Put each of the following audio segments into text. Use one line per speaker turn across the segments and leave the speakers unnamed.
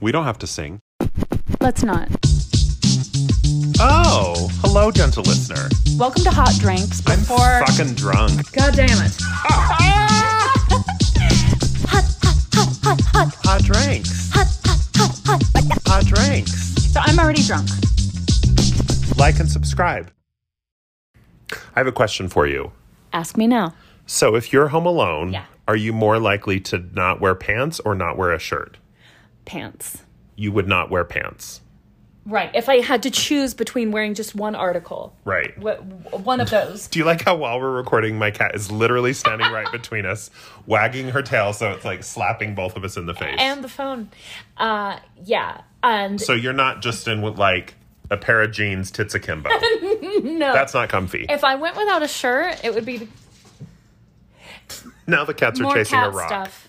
We don't have to sing.
Let's not.
Oh, hello, gentle listener.
Welcome to Hot Drinks.
I'm
Before
fucking drunk.
God damn it.
Hot drinks. Hot drinks.
so I'm already drunk.
Like and subscribe. I have a question for you.
Ask me now.
So, if you're home alone,
Yeah.
are you more likely to not wear pants or not wear a shirt?
Pants.
You would not wear pants.
Right. If I had to choose between wearing just one article,
Right.
wh- wh- one of those.
Do you like how while we're recording, my cat is literally standing right between us, wagging her tail, so it's like slapping both of us in the face.
and the phone. Uh, yeah. And
so you're not just in with like a pair of jeans, tits akimbo. no, that's not comfy.
if I went without a shirt, it would be
now the cats are
more
chasing
cat
a rock.
stuff.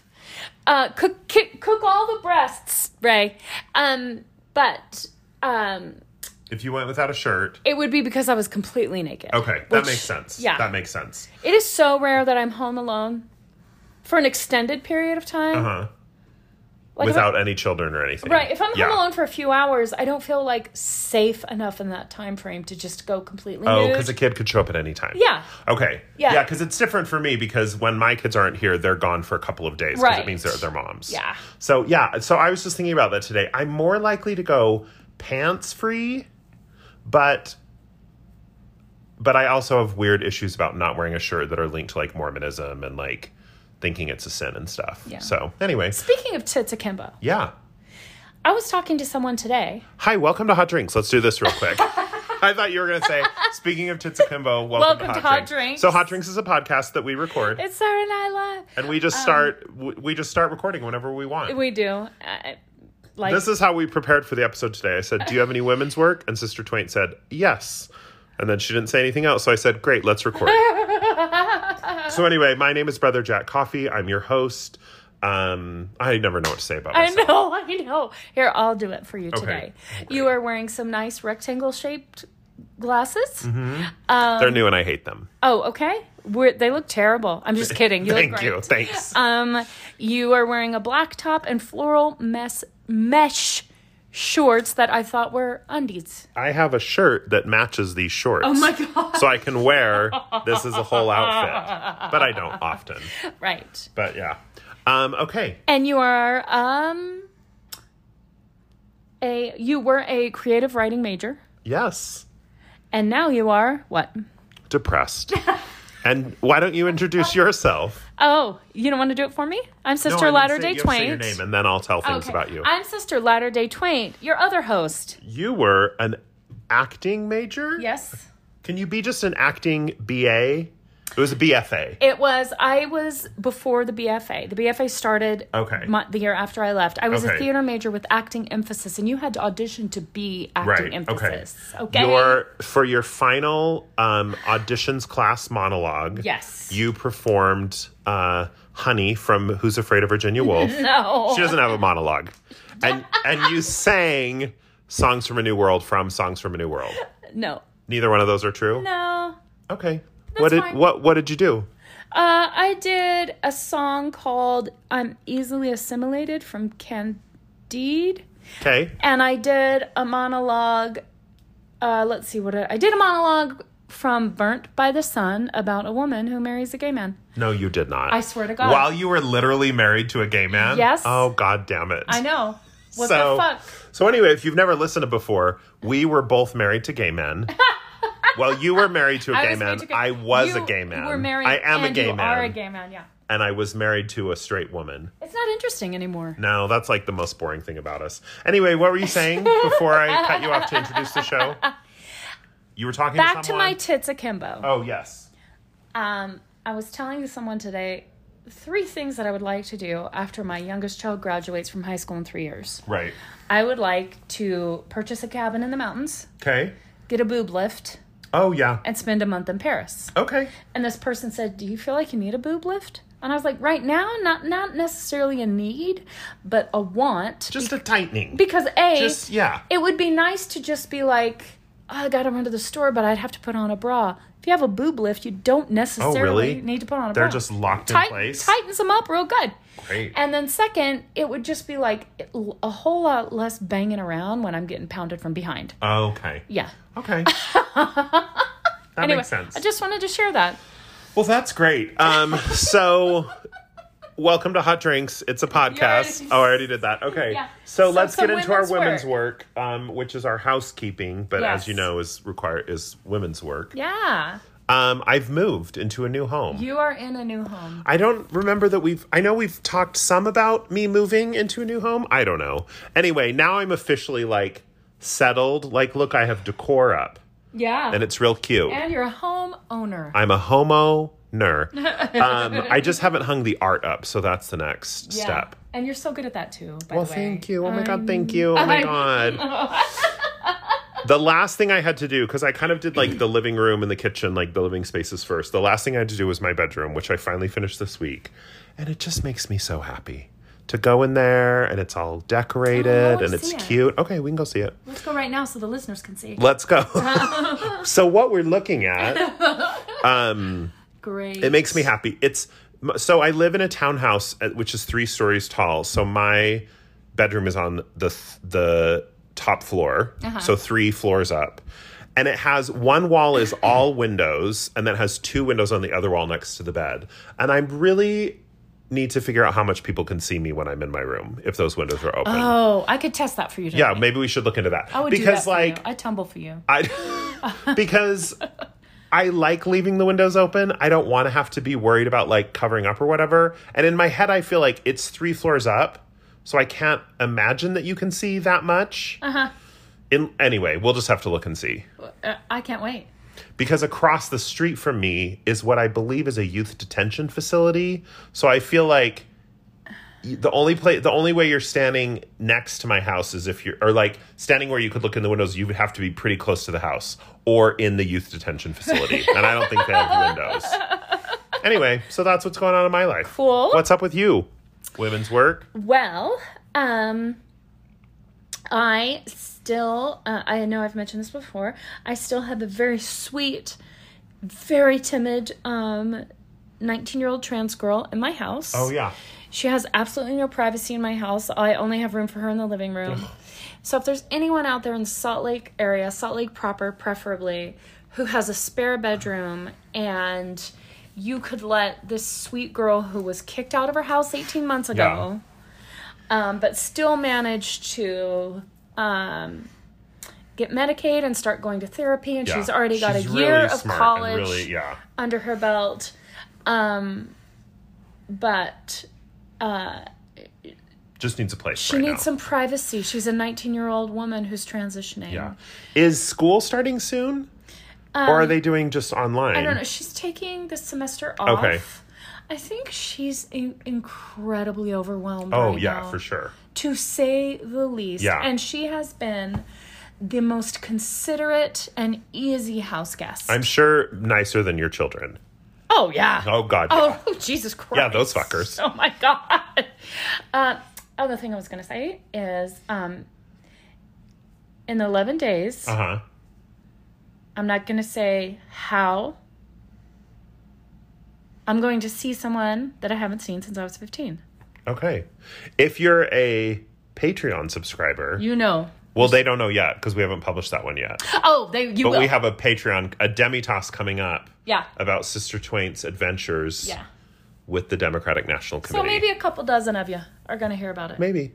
Uh, cook, ki- cook all the breasts, Ray. Um, but um,
If you went without a shirt,
it would be because I was completely naked.
okay, that
Which-
makes sense.
Yeah.
that makes sense.
It is so rare that I'm home alone for an extended period of time.
Uh-huh.
Like if I-
Without any children or anything.
Right. If I'm
Yeah.
home alone for a few hours, I don't feel like safe enough in that time frame to just go completely.
Oh,
nude.
because a kid could show up at any time.
Yeah.
Okay.
Yeah.
Yeah, because it's different for me because when my kids aren't here, they're gone for a couple of days because it
Right.
means they're at their mom's.
Yeah.
So yeah, so I was just thinking about that today. I'm more likely to go pants free, but but I also have weird issues about not wearing a shirt that are linked to like Mormonism and like thinking it's a sin and stuff.
Yeah.
So anyway,
Speaking of tits akimbo,
yeah.
I was talking to someone today.
Hi, welcome to Hot Drinks. Let's do this real quick. I thought you were going to say, speaking of Tits Akimbo, welcome,
Welcome
to
to
Hot,
Hot
Drinks.
Drinks.
So Hot Drinks is a podcast that we record,
It's Saturday Night Live.
and we just start w we just start recording whenever we want.
We do. I, like
this is how we prepared for the episode today. I said, "Do you have any women's work?" And Sister Twain said, "Yes." And then she didn't say anything else, so I said, "Great, let's record." so anyway, my name is Brother Jack Coffee. I'm your host. Um, I never know what to say about
I
myself.
know, I know. Here, I'll do it for you today.
Okay.
You are wearing some nice rectangle shaped glasses.
Mm-hmm.
um,
They're new, and I hate them.
Oh, okay. We're, they look terrible. I'm just kidding. You
Thank
look great.
you. Thanks.
Um, you are wearing a black top and floral mess mesh shorts that I thought were undies.
I have a shirt that matches these shorts. Oh
my God.
So I can wear this as a whole outfit, but I don't often.
Right.
But yeah, um, okay.
And you are um a you were a creative writing major
Yes,
and now you are what?
depressed. and why don't you introduce yourself?
Oh, you don't want to do it for me? I'm
No,
Sister
I'm gonna
Latter
say-
Day
you have to say
Twain.
Your name, and then I'll tell things about you.
I'm Sister Latter Day Twain, your other host.
you were an acting major.
Yes.
Can you be just an acting BA? It was a BFA.
It was I was before the BFA. The BFA started
Okay.
mo- the year after I left. I was
Okay.
a theater major with acting emphasis, and you had to audition to be acting emphasis. Okay.
Your for your final um, auditions class monologue.
Yes.
You performed uh, Honey from Who's Afraid of Virginia Woolf.
no.
She doesn't have a monologue. And and you sang Songs from a New World from Songs from a New World.
No.
Neither one of those are true.
No.
Okay. what did
fine.
what what did you do?
Uh, I did a song called I'm Easily Assimilated from Candide.
Okay.
And I did a monologue. Uh, let's see what I, I did a monologue from Burnt by the Sun about a woman who marries a gay man.
No, you did not.
I swear to God.
While you were literally married to a gay man.
Yes.
Oh God damn it.
I know. What
so,
the fuck?
So anyway, if you've never listened to before, we were both married to gay men. well, you were married to a
I
gay
was
man.
married to
I was
You
a gay man.
Were married
I am
and
a gay
you
man.
Are a gay man? Yeah.
And I was married to a straight woman.
It's not interesting anymore.
No, that's like the most boring thing about us. Anyway, what were you saying before I cut you off to introduce the show? You were talking
Back
to
to
someone.
my tits akimbo.
oh yes.
Um, I was telling someone today three things that I would like to do after my youngest child graduates from high school in three years.
Right.
I would like to purchase a cabin in the mountains,
Okay.
get a boob lift,
Oh yeah.
and spend a month in Paris.
Okay.
And this person said, Do you feel like you need a boob lift? And I was like, Right now, not not necessarily a need, but a want.
Just a tightening.
because A
Just yeah.
it would be nice to just be like "Oh, I gotta run to the store, but I'd have to put on a bra. If you have a boob lift, you don't necessarily
Oh, really?
need to put on a
They're
bra.
just locked in
Tight-
place.
tightens them up real good.
Great.
And then second, it would just be like a whole lot less banging around when I'm getting pounded from behind.
okay.
Yeah.
Okay. that
anyway,
makes sense.
I just wanted to share that.
Well, that's great. Um, so welcome to Hot Drinks. It's a podcast.
already-
oh, I already did that. Okay.
Yeah.
So,
So
let's
some
get into our
women's
women's work, um, which is our housekeeping, but as
Yes.
you know, is require is women's work.
Yeah.
Um, I've moved into a new home.
You are in a new home.
I don't remember that we've. I know we've talked some about me moving into a new home. I don't know. Anyway, now I'm officially like settled. Like, look, I have decor up,
Yeah.
and it's real cute.
And you're a home owner.
I'm a homo ner. um, I just haven't hung the art up, so that's the next
Yeah.
step.
And you're so good at that too, by
Well,
the way.
thank you. Oh my god, thank you. Oh my god. the last thing I had to do because I kind of did like the living room and the kitchen, like the living spaces first. The last thing I had to do was my bedroom, which I finally finished this week, and it just makes me so happy to go in there and it's all decorated
Oh, wanna
and it's
see it.
cute. Okay, we can go see it.
Let's go right now so the listeners can see.
Let's go. so what we're looking at um,
Great.
It makes me happy. It's so I live in a townhouse uh, which is three stories tall. So my bedroom is on the th- the top floor,
Uh-huh.
so three floors up, and it has one wall is all windows, and then has two windows on the other wall next to the bed. And I really need to figure out how much people can see me when I'm in my room if those windows are open.
Oh, I could test that for you. Tonight.
yeah, maybe we should look into that
I would do that
because
for
like
you. I tumble for you.
I because I like leaving the windows open. I don't want to have to be worried about like covering up or whatever. And in my head, I feel like it's three floors up, so I can't imagine that you can see that much. Uh huh. In anyway, we'll just have to look and see
Uh, I can't wait.
because across the street from me is what I believe is a youth detention facility. So I feel like y- the only place, the only way you're standing next to my house is if you're, or like standing where you could look in the windows, you would have to be pretty close to the house or in the youth detention facility. and I don't think they have windows. Anyway, so that's what's going on in my life.
Cool.
What's up with you? Women's work.
Well, um, I still, uh, I know I've mentioned this before, I still have a very sweet, very timid, um, 19 year old trans girl in my house.
Oh yeah.
She has absolutely no privacy in my house. I only have room for her in the living room. so if there's anyone out there in the Salt Lake area, Salt Lake proper preferably, who has a spare bedroom and you could let this sweet girl who was kicked out of her house 18 months ago um, but still managed to um, get Medicaid and start going to therapy. And
yeah.
she's already got
She's
a year
really
of
smart and
college
Really, yeah.
under her belt. Um, but
Just needs a place.
she needs some privacy. She's a 19 year old woman who's transitioning.
Yeah. Is school starting soon? or are they doing just online?
Um, I don't know. She's taking the semester off.
Okay.
I think she's in- incredibly overwhelmed.
Oh,
right
yeah,
now.
for sure.
to say the least.
Yeah.
And she has been the most considerate and easy house guest.
I'm sure nicer than your children.
oh, yeah.
Oh, God. yeah.
Oh, Jesus Christ.
Yeah, those fuckers.
Oh, my God. Uh, other thing I was going to say is um, in 11 days,
Uh huh.
I'm not going to say how. I'm going to see someone that I haven't seen since I was 15.
Okay. If you're a Patreon subscriber,
You know.
well, they don't know yet because we haven't published that one yet.
Oh, they you
But
will.
we have a Patreon, a Demitas coming up
yeah.
about Sister Twain's adventures
Yeah.
with the Democratic National Committee.
So maybe a couple dozen of you are going to hear about it.
Maybe.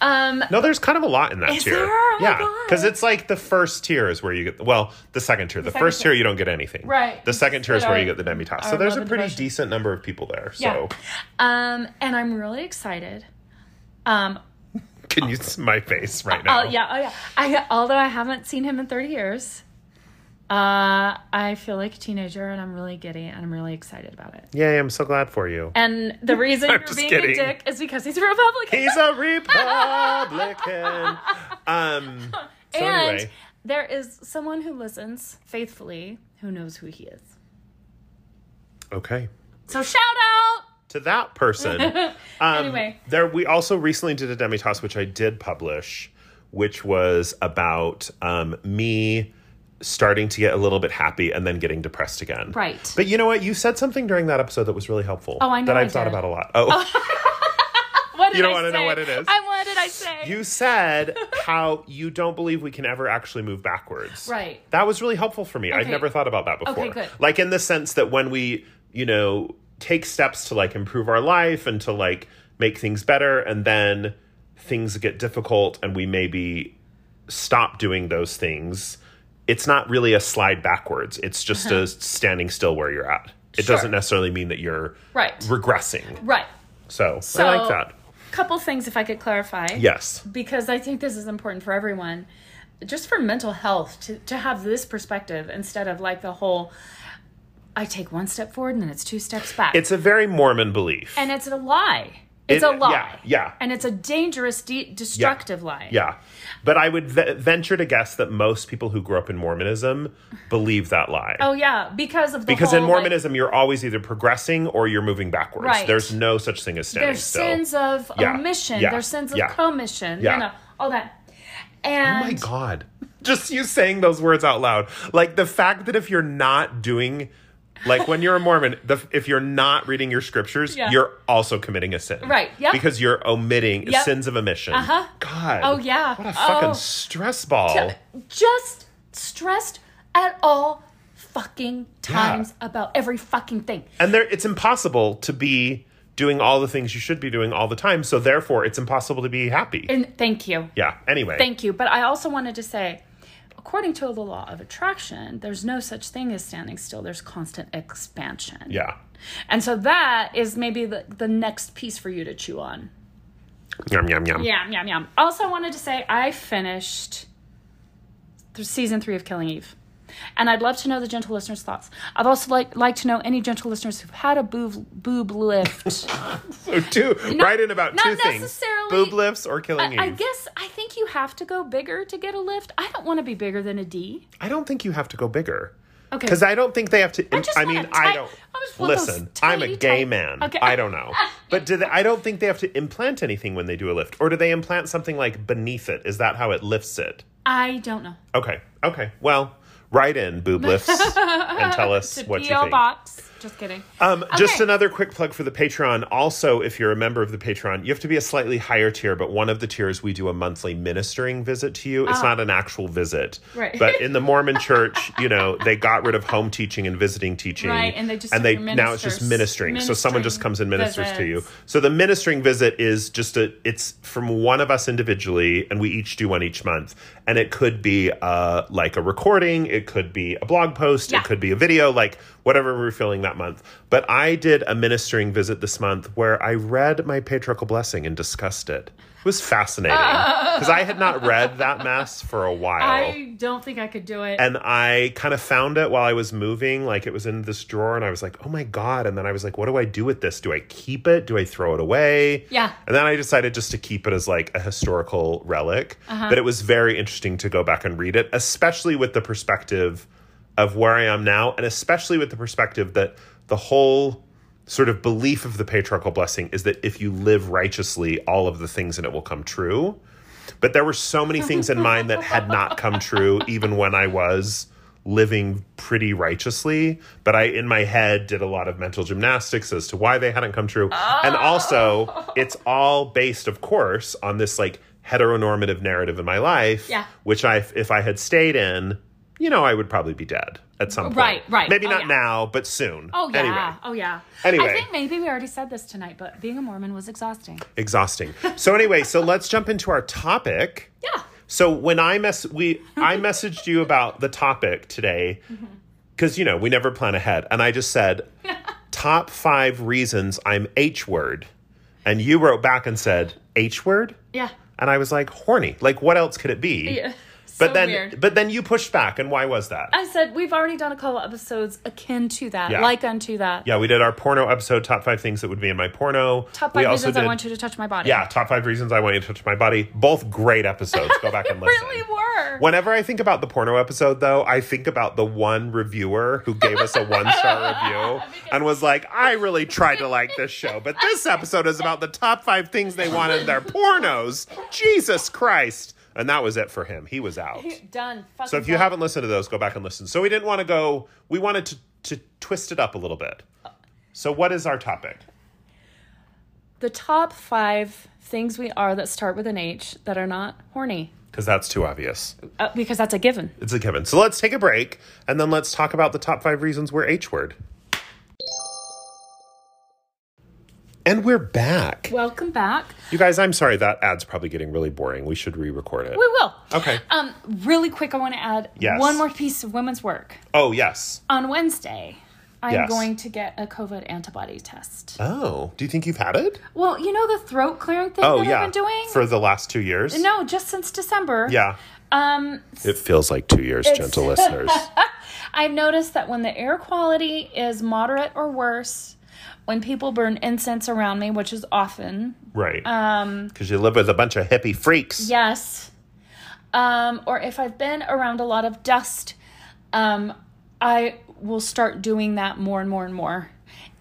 Um,
No, there's kind of a lot in that
Is
tier.
there? Oh my
yeah,
God.
because it's like the first tier is where you get well, the second tier. The,
second
first tier. you don't get anything.
Right.
The second tier is
But
where
our-
you get the demitas. So
our
there's a
love and
pretty
devotion.
decent number of people there. So
Yeah. Um, and I'm really excited. Um,
can you see my face right now?
oh yeah, oh yeah. I although I haven't seen him in 30 years, uh, I feel like a teenager, and I'm really giddy, and I'm really excited about it.
Yay! I'm so glad for you.
And the reason
I'm
you're
just
being
kidding.
a dick is because he's a Republican.
He's a Republican. um. So
and
anyway,
there is someone who listens faithfully who knows who he is.
okay.
So shout out.
To that person. Um,
Anyway.
there we also recently did a demitasse, which I did publish, which was about um, me starting to get a little bit happy and then getting depressed again.
Right.
But you know what? You said something during that episode that was really helpful.
Oh, I know
That
I
I've thought
did.
about a lot. Oh.
What did
You don't
I
wanna know
say?
what it is.
I, what did I say?
You said how you don't believe we can ever actually move backwards.
Right.
That was really helpful for me. I've
Okay.
never thought about that before.
Okay, good.
Like in the sense that when we, you know, take steps to like improve our life and to like make things better and then things get difficult and we maybe stop doing those things, it's not really a slide backwards. It's just a standing still where you're at. It
Uh-huh. Sure.
doesn't necessarily mean that you're
Right.
regressing.
right.
So, I like
So-
that.
Couple things, if I could clarify.
Yes.
Because I think this is important for everyone, just for mental health, to, to have this perspective instead of like the whole I take one step forward and then it's two steps back.
It's a very Mormon belief.
and it's a lie. It's
It-
a lie.
yeah, yeah.
And it's a dangerous, de- destructive lie.
Yeah. But I would v- venture to guess that most people who grew up in Mormonism believe that lie.
Oh yeah, because of the
because
whole,
in
like,
Mormonism, you're always either progressing or you're moving backwards.
Right.
There's no such thing as standing
there's
still.
sins of
Yeah,
omission,
yeah,
there's sins of
yeah,
commission,
yeah.
you know, all that.
oh
And
my God. Just you saying those words out loud. Like the fact that if you're not doing. Like when you're a Mormon, the, if you're not reading your scriptures,
Yeah.
you're also committing a sin,
Right, yep.
Because you're omitting
Yep.
sins of omission.
Uh-huh.
God.
Oh, yeah.
What a fucking
Oh.
stress ball.
just stressed at all fucking times about every fucking thing.
And there, it's impossible to be doing all the things you should be doing all the time. So therefore, it's impossible to be happy.
And thank you.
yeah. Anyway,
Thank you. But I also wanted to say, according to the law of attraction, there's no such thing as standing still. There's constant expansion.
yeah,
And so that is maybe the, the next piece for you to chew on.
yum yum yum.
Yum, yum, yum. Also, wanted to say I finished th- season three of Killing Eve. And I'd love to know the gentle listeners' thoughts. I'd also like, like to know any gentle listeners who've had a boob, boob lift.
So two, right in about
not
two things:
necessarily-
boob lifts or killing
I
Eve.
guess I think you have to go bigger to get a lift. I don't want to be bigger than a D.
I don't think you have to go bigger.
Okay.
Because I don't think they have to. I,
just
mean,
want a
I
tight-
don't.
I just want those
Listen, I'm a
tiny,
gay
tight-
man.
Okay. Ah,
I don't know. But do they, I don't think they have to implant anything when they do a lift, or do they implant something like beneath it? Is that how it lifts it?
I don't know.
Okay. Okay. Well, write in boob lifts and tell us
It's a
what you
PO
think.
box. Just kidding.
Um, Just
Okay.
another quick plug for the Patreon. Also, if you're a member of the Patreon, you have to be a slightly higher tier, but one of the tiers we do a monthly ministering visit to you. It's not an actual visit.
Ah. Right.
But in the Mormon church, you know, they got rid of home teaching and visiting teaching.
Right, and they just
and
do
they
your
now it's just
ministers-
ministering. So someone just
ministering
comes and ministers to you.
visits.
So the ministering visit is just a it's from one of us individually, and we each do one each month. And it could be uh like a recording, it could be a blog post,
Yeah.
it could be a video, like whatever we're feeling that month. But I did a ministering visit this month where I read my patriarchal blessing and discussed it. It was fascinating because I had not read that mass for a while
I don't think I could do it.
oh. and I kind of found it while I was moving. Like it was in this drawer, and I was like, "Oh my god!" And then I was like, "What do I do with this? Do I keep it? Do I throw it away?"
Yeah.
And then I decided just to keep it as like a historical relic. But it was very interesting to go back and read it, especially with the perspective of where I am now, and especially with the perspective that the whole sort of belief of the patriarchal blessing is that if you live righteously, all of the things in it will come true. But there were so many things in mine that had not come true, even when I was living pretty righteously. But I, in my head, did a lot of mental gymnastics as to why they hadn't come true.
Oh.
And also, it's all based, of course, on this like heteronormative narrative in my life,
Yeah.
which I, if I had stayed in, you know, I would probably be dead at some point.
Right, right.
Maybe
Oh,
not
yeah.
now, but soon.
oh yeah.
Anyway.
Oh yeah.
Anyway.
I think maybe we already said this tonight, but being a Mormon was exhausting.
exhausting. So anyway, so let's jump into our topic.
Yeah.
So when I mess we I messaged you about the topic today
Mm-hmm.
cuz you know, we never plan ahead and I just said top 5 reasons I'm H word and you wrote back and said H word?
Yeah.
And I was like horny. Like what else could it be?
Yeah.
But
So
then
weird. Uh,
but then you pushed back and why was that?
I said we've already done a couple episodes akin to that,
Yeah.
like unto that.
yeah, we did our porno episode top 5 things that would be in my porno.
Top
we
five
also
reasons
did
I want you to touch my body.
Yeah, top five reasons I want you to touch my body. Both great episodes. Go back and
They
listen.
really were.
Whenever I think about the porno episode, though, I think about the one reviewer who gave us a one star review and was like, I really tried to like this show, but this episode is about the top five things they want in their pornos. Jesus Christ. And that was it for him. He was out.
Done. Fucking
So if you
done.
haven't listened to those, go back and listen. So we didn't want to go. We wanted to to twist it up a little bit. So what is our topic?
the top five things we are that start with an H that are not horny,
Because that's too obvious.
uh, because that's a given.
It's a given. So let's take a break and then let's talk about the top five reasons we're H word. And we're back.
Welcome back.
you guys, I'm sorry that ad's probably getting really boring. We should re-record it.
We will.
Okay.
Um, really quick, I want to add
Yes.
one more piece of women's work.
Oh yes.
On Wednesday, I'm
Yes.
going to get a COVID antibody test.
Oh, do you think you've had it?
Well, you know the throat clearing thing
Oh
that
yeah.
I've been doing?
for the last two years.
no, just since December.
Yeah.
Um,
It feels like two years, gentle listeners.
I've noticed that when the air quality is moderate or worse, when people burn incense around me, which is often,
Right.
um,
Because you live with a bunch of hippie freaks.
yes, um, or if I've been around a lot of dust, um, I will start doing that more and more and more.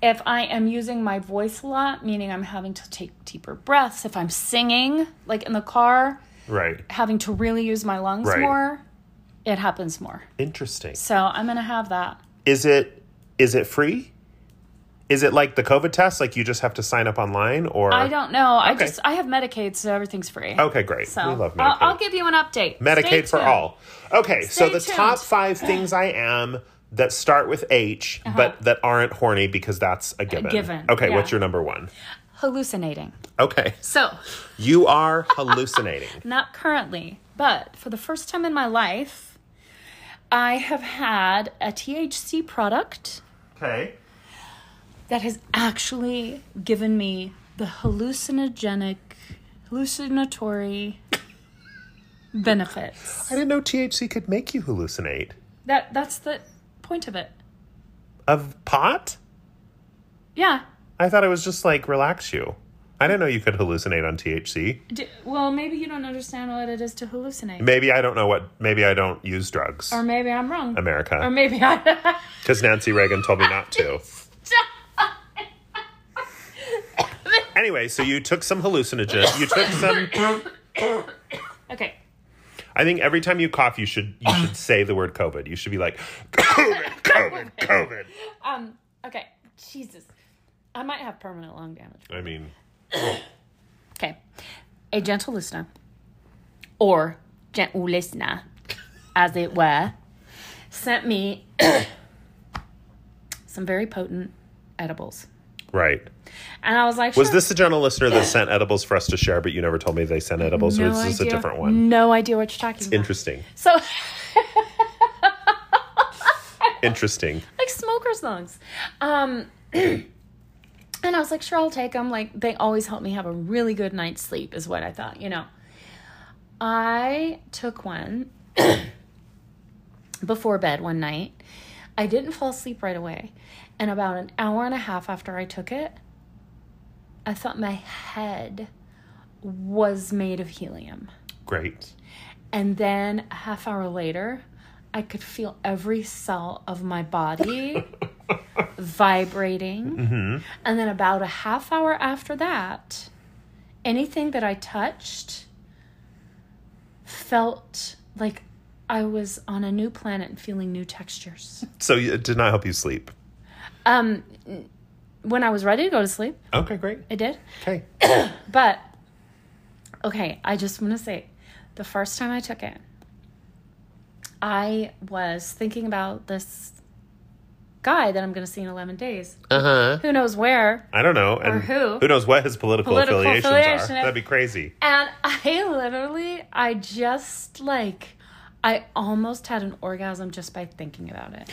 If I am using my voice a lot, meaning I'm having to take deeper breaths, if I'm singing, like in the car,
Right.
having to really use my lungs
Right.
more, it happens more.
Interesting.
So I'm gonna have that.
Is it is it free? Is it like the COVID test? Like you just have to sign up online, or
I don't know. I
Okay.
just I have Medicaid, so everything's free.
Okay, great.
So
we love Medicaid.
I'll, I'll give you an update. Stay
Medicaid for
tuned.
all. Okay, so
Stay
the
tuned.
top five things I am that start with H, but that aren't horny because that's a given.
Uh-huh. given,
Okay,
yeah.
what's your number one?
Hallucinating.
Okay,
So
you are hallucinating.
not currently, but for the first time in my life, I have had a THC product
okay.
that has actually given me the hallucinogenic, hallucinatory benefits.
I didn't know THC could make you hallucinate.
That that's the point of it.
Of pot?
Yeah.
I thought it was just like relax you. I didn't know you could hallucinate on THC.
D- well, maybe you don't understand what it is to hallucinate.
Maybe I don't know what. Maybe I don't use drugs,
Or maybe I'm wrong. Or
America,
maybe I.
because Nancy Reagan told me not to. Anyway, so you took some hallucinogens. You took some.
okay.
I think every time you cough, you should you should say the word COVID. You should be like COVID, COVID, COVID.
Um. Okay. Jesus. I might have permanent lung damage.
I mean,
Okay. A gentle listener, or gentle listener, as it were, sent me some very potent edibles,
right?
and I was like,
Was
"Sure."
this the general listener that sent edibles for us to share, but you never told me they sent edibles, or is this a
idea-
different one?
No idea what you're talking about.
Interesting.
So,
Interesting.
like smoker's lungs. Um, and I was like, sure, I'll take them. Like, they always help me have a really good night's sleep, is what I thought, you know. I took one before bed one night. I didn't fall asleep right away. And about an hour and a half after I took it, I thought my head was made of helium.
Great.
And then a half hour later, I could feel every cell of my body vibrating. And then about a half hour after that, anything that I touched felt like I was on a new planet and feeling new textures.
So you- it did not help you sleep.
Um, when I was ready to go to sleep,
Okay, great.
it did.
Okay.
But okay, I just want to say the first time I took it, I was thinking about this guy that I'm going to see in 11 days.
Uh huh.
Who knows where?
I don't know. And
Uh-huh. who.
knows what his political,
Political
affiliations
affiliation is-
are. That'd be crazy.
And I literally, I just like, I almost had an orgasm just by thinking about it.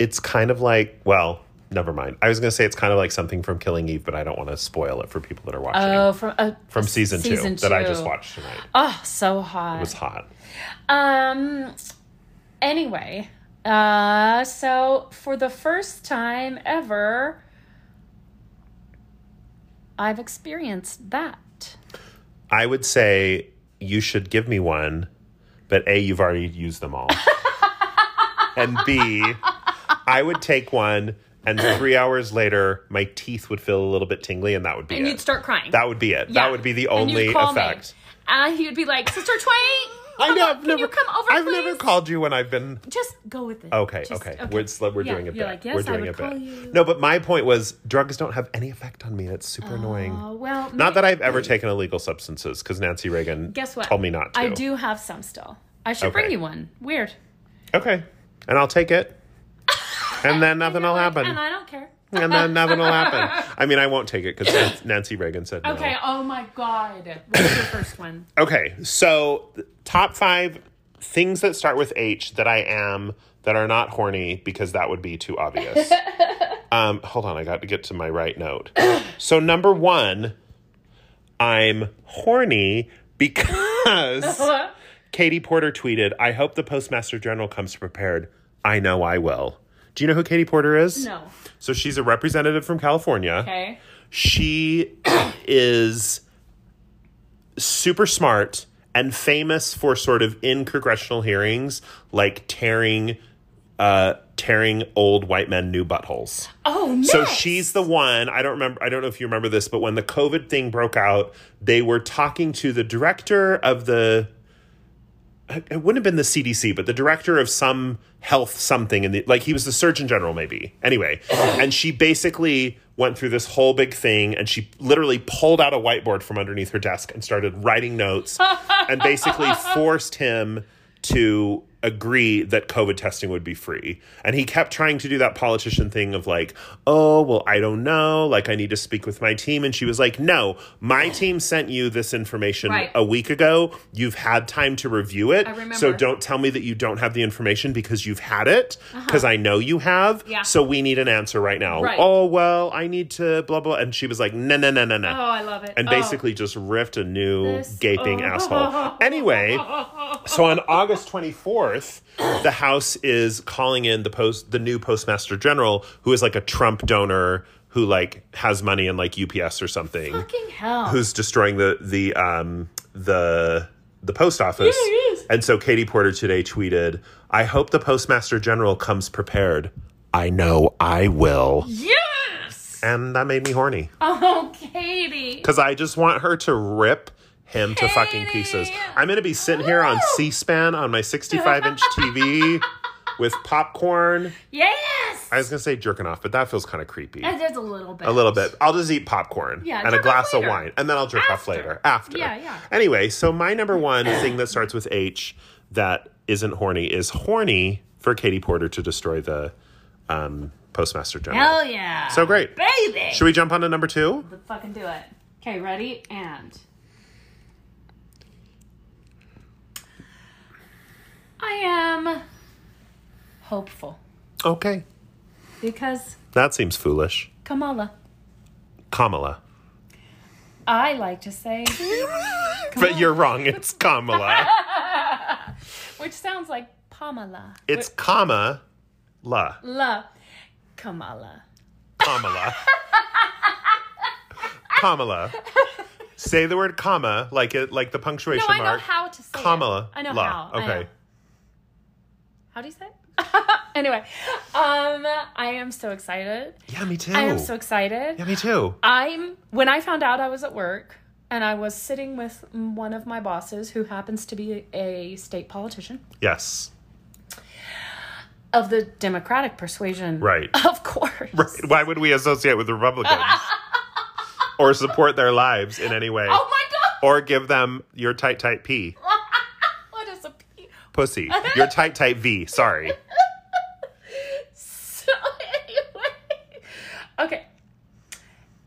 It's kind of like, well, never mind. I was going to say it's kind of like something from Killing Eve, but I don't want to spoil it for people that are watching.
Oh, from uh,
from season,
season
two, that I just
two.
watched tonight.
Oh, so hot.
It was hot.
Um. Anyway, uh, so for the first time ever, I've experienced that.
I would say you should give me one, but A, you've already used them all. and B, I would take one, and three hours later, my teeth would feel a little bit tingly, and that would be
And
it.
you'd start crying.
that would be it.
Yeah.
That would be the
And you'd
only
call me.
effect.
uh, he would be like, Sister Twain,
I
come
know.
on,
I've
can
never.
you come over,
I've
please?
never called you when I've been.
Just go with it.
Okay,
Just-
okay. We're, it's, we're
Yeah,
doing a
you're
bit.
like, yes,
we're
I
doing
would
a
call
bit.
you.
No, but my point was drugs don't have any effect on me. It's super annoying.
Oh, well,
Not that I've ever taken illegal substances because Nancy Reagan
Guess what?
told me not to.
I do have some still. I should bring
Okay.
you one. Weird.
Okay. And I'll take it. And then nothing will happen.
And I don't care.
And then nothing will happen. I mean, I won't take it because Nancy Reagan said no.
Okay. Oh my God. What's your first one?
Okay, so th- top five things that start with H that I am that are not horny because that would be too obvious. um, hold on, I got to get to my right note. So number one, I'm horny because Katie Porter tweeted, "I hope the Postmaster General comes prepared. I know I will." Do you know who Katie Porter is?
No.
So she's a representative from California.
Okay.
She is super smart and famous for sort of in congressional hearings, like tearing, uh, tearing old white men new buttholes.
Oh no.
So she's the one. I don't remember. I don't know if you remember this, but when the COVID thing broke out, they were talking to the director of the. It wouldn't have been the CDC, but the director of some health something, and like he was the Surgeon General, maybe. Anyway, and she basically went through this whole big thing, and she literally pulled out a whiteboard from underneath her desk and started writing notes, and basically forced him to agree that COVID testing would be free. And he kept trying to do that politician thing of like, oh, well, I don't know. Like, I need to speak with my team. And she was like, no, my team sent you this information
Right.
a week ago. You've had time to review it.
remember.
So don't tell me that you don't have the information because you've had it, because I know you have.
Uh-huh. Yeah.
So we need an answer right now.
Right.
Oh, well, I need to blah, blah. And she was like, no, no, no, no, no
Oh, I love it.
and
Oh.
basically just ripped a new
This-
gaping
oh.
asshole. Anyway, so on August 24th, the House is calling in the post the new Postmaster General, who is like a Trump donor who like has money in like UPS or something,
fucking hell.
who's destroying the the um the the post office.
Yeah, he is.
And so Katie Porter today tweeted, "I hope the Postmaster General comes prepared. I know I will."
yes.
And that made me horny.
Oh, Katie.
Because I just want her to rip him to fucking
Katie!
pieces. I'm going to be sitting here on
Woo!
C SPAN on my 65 inch TV with popcorn.
Yes.
I was going to say jerking off, but that feels kind of creepy.
I did a little bit.
A little bit. I'll just eat popcorn
Yeah,
and a
jerk off
glass of
later.
wine, and then I'll jerk off
After.
later. After.
Yeah, yeah.
Anyway, so my number one thing that starts with H that isn't horny is horny for Katie Porter to destroy the um, Postmaster General.
Hell yeah.
So great.
baby.
Should we jump on to number two?
Let's fucking do it. Okay, ready and. I am hopeful
Okay.
because
That seems foolish.
Kamala.
Kamala.
I like to say,
But you're wrong. It's Kamala.
which sounds like Pamela.
It's comma la
La Kamala.
Kamala. Kamala. Say the word comma like it like the punctuation
No, I know
mark.
how to say it.
Kamala.
I know
la.
how. I
Okay.
know. How do you say it? anyway, um, I am so excited.
Yeah, me too.
I am so excited.
yeah, me too.
I'm when I found out I was at work and I was sitting with one of my bosses who happens to be a state politician
Yes.
of the Democratic persuasion.
Right.
Of course.
Right. Why would we associate with the Republicans? or support their lives in any way.
Oh my god.
Or give them your tight tight P.
What is a p-
Pussy. Your tight tight V. Sorry.
so anyway. Okay.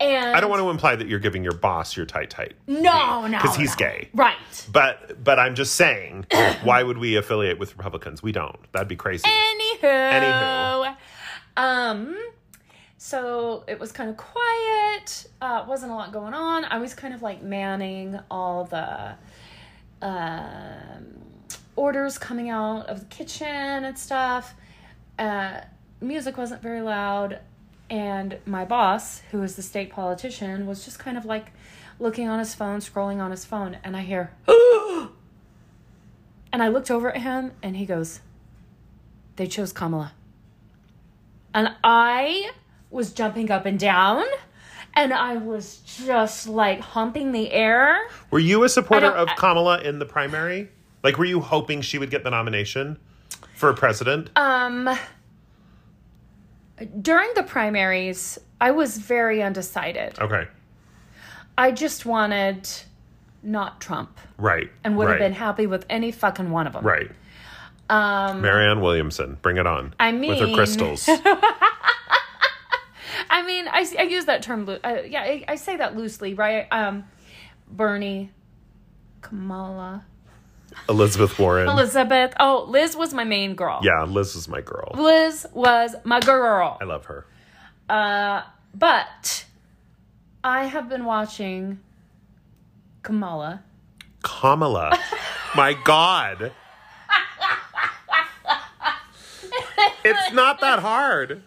And
I don't want to imply that you're giving your boss your tight tight.
No, no.
'Cause he's
no.
gay.
Right.
But but I'm just saying, why would we affiliate with Republicans? We don't. That'd be crazy.
Anywho.
Anywho.
Um, so it was kind of quiet. Uh, wasn't a lot going on. I was kind of like manning all the um, orders coming out of the kitchen and stuff. Uh, music wasn't very loud. And my boss, who is the state politician, was just kind of like looking on his phone, scrolling on his phone. And I hear, and I looked over at him and he goes, they chose Kamala. And I was jumping up and down and I was just like humping the air.
Were you a supporter
I don't-
of Kamala in the primary? Like, were you hoping she would get the nomination for president?
Um, during the primaries, I was very undecided.
okay,
I just wanted not Trump
right.
and would
right,
have been happy with any fucking one of them.
right.
Um,
Marianne Williamson, bring it on.
I
with her
mean-
crystals.
I mean, I, I use that term. loo- Uh, yeah, I, I say that loosely, right? Um, Bernie, Kamala,
Elizabeth Warren.
Elizabeth. Oh, Liz was my main girl.
Yeah, Liz is my girl.
Liz was my girl.
I love her.
Uh, but I have been watching Kamala.
Kamala. my God. it's not that hard.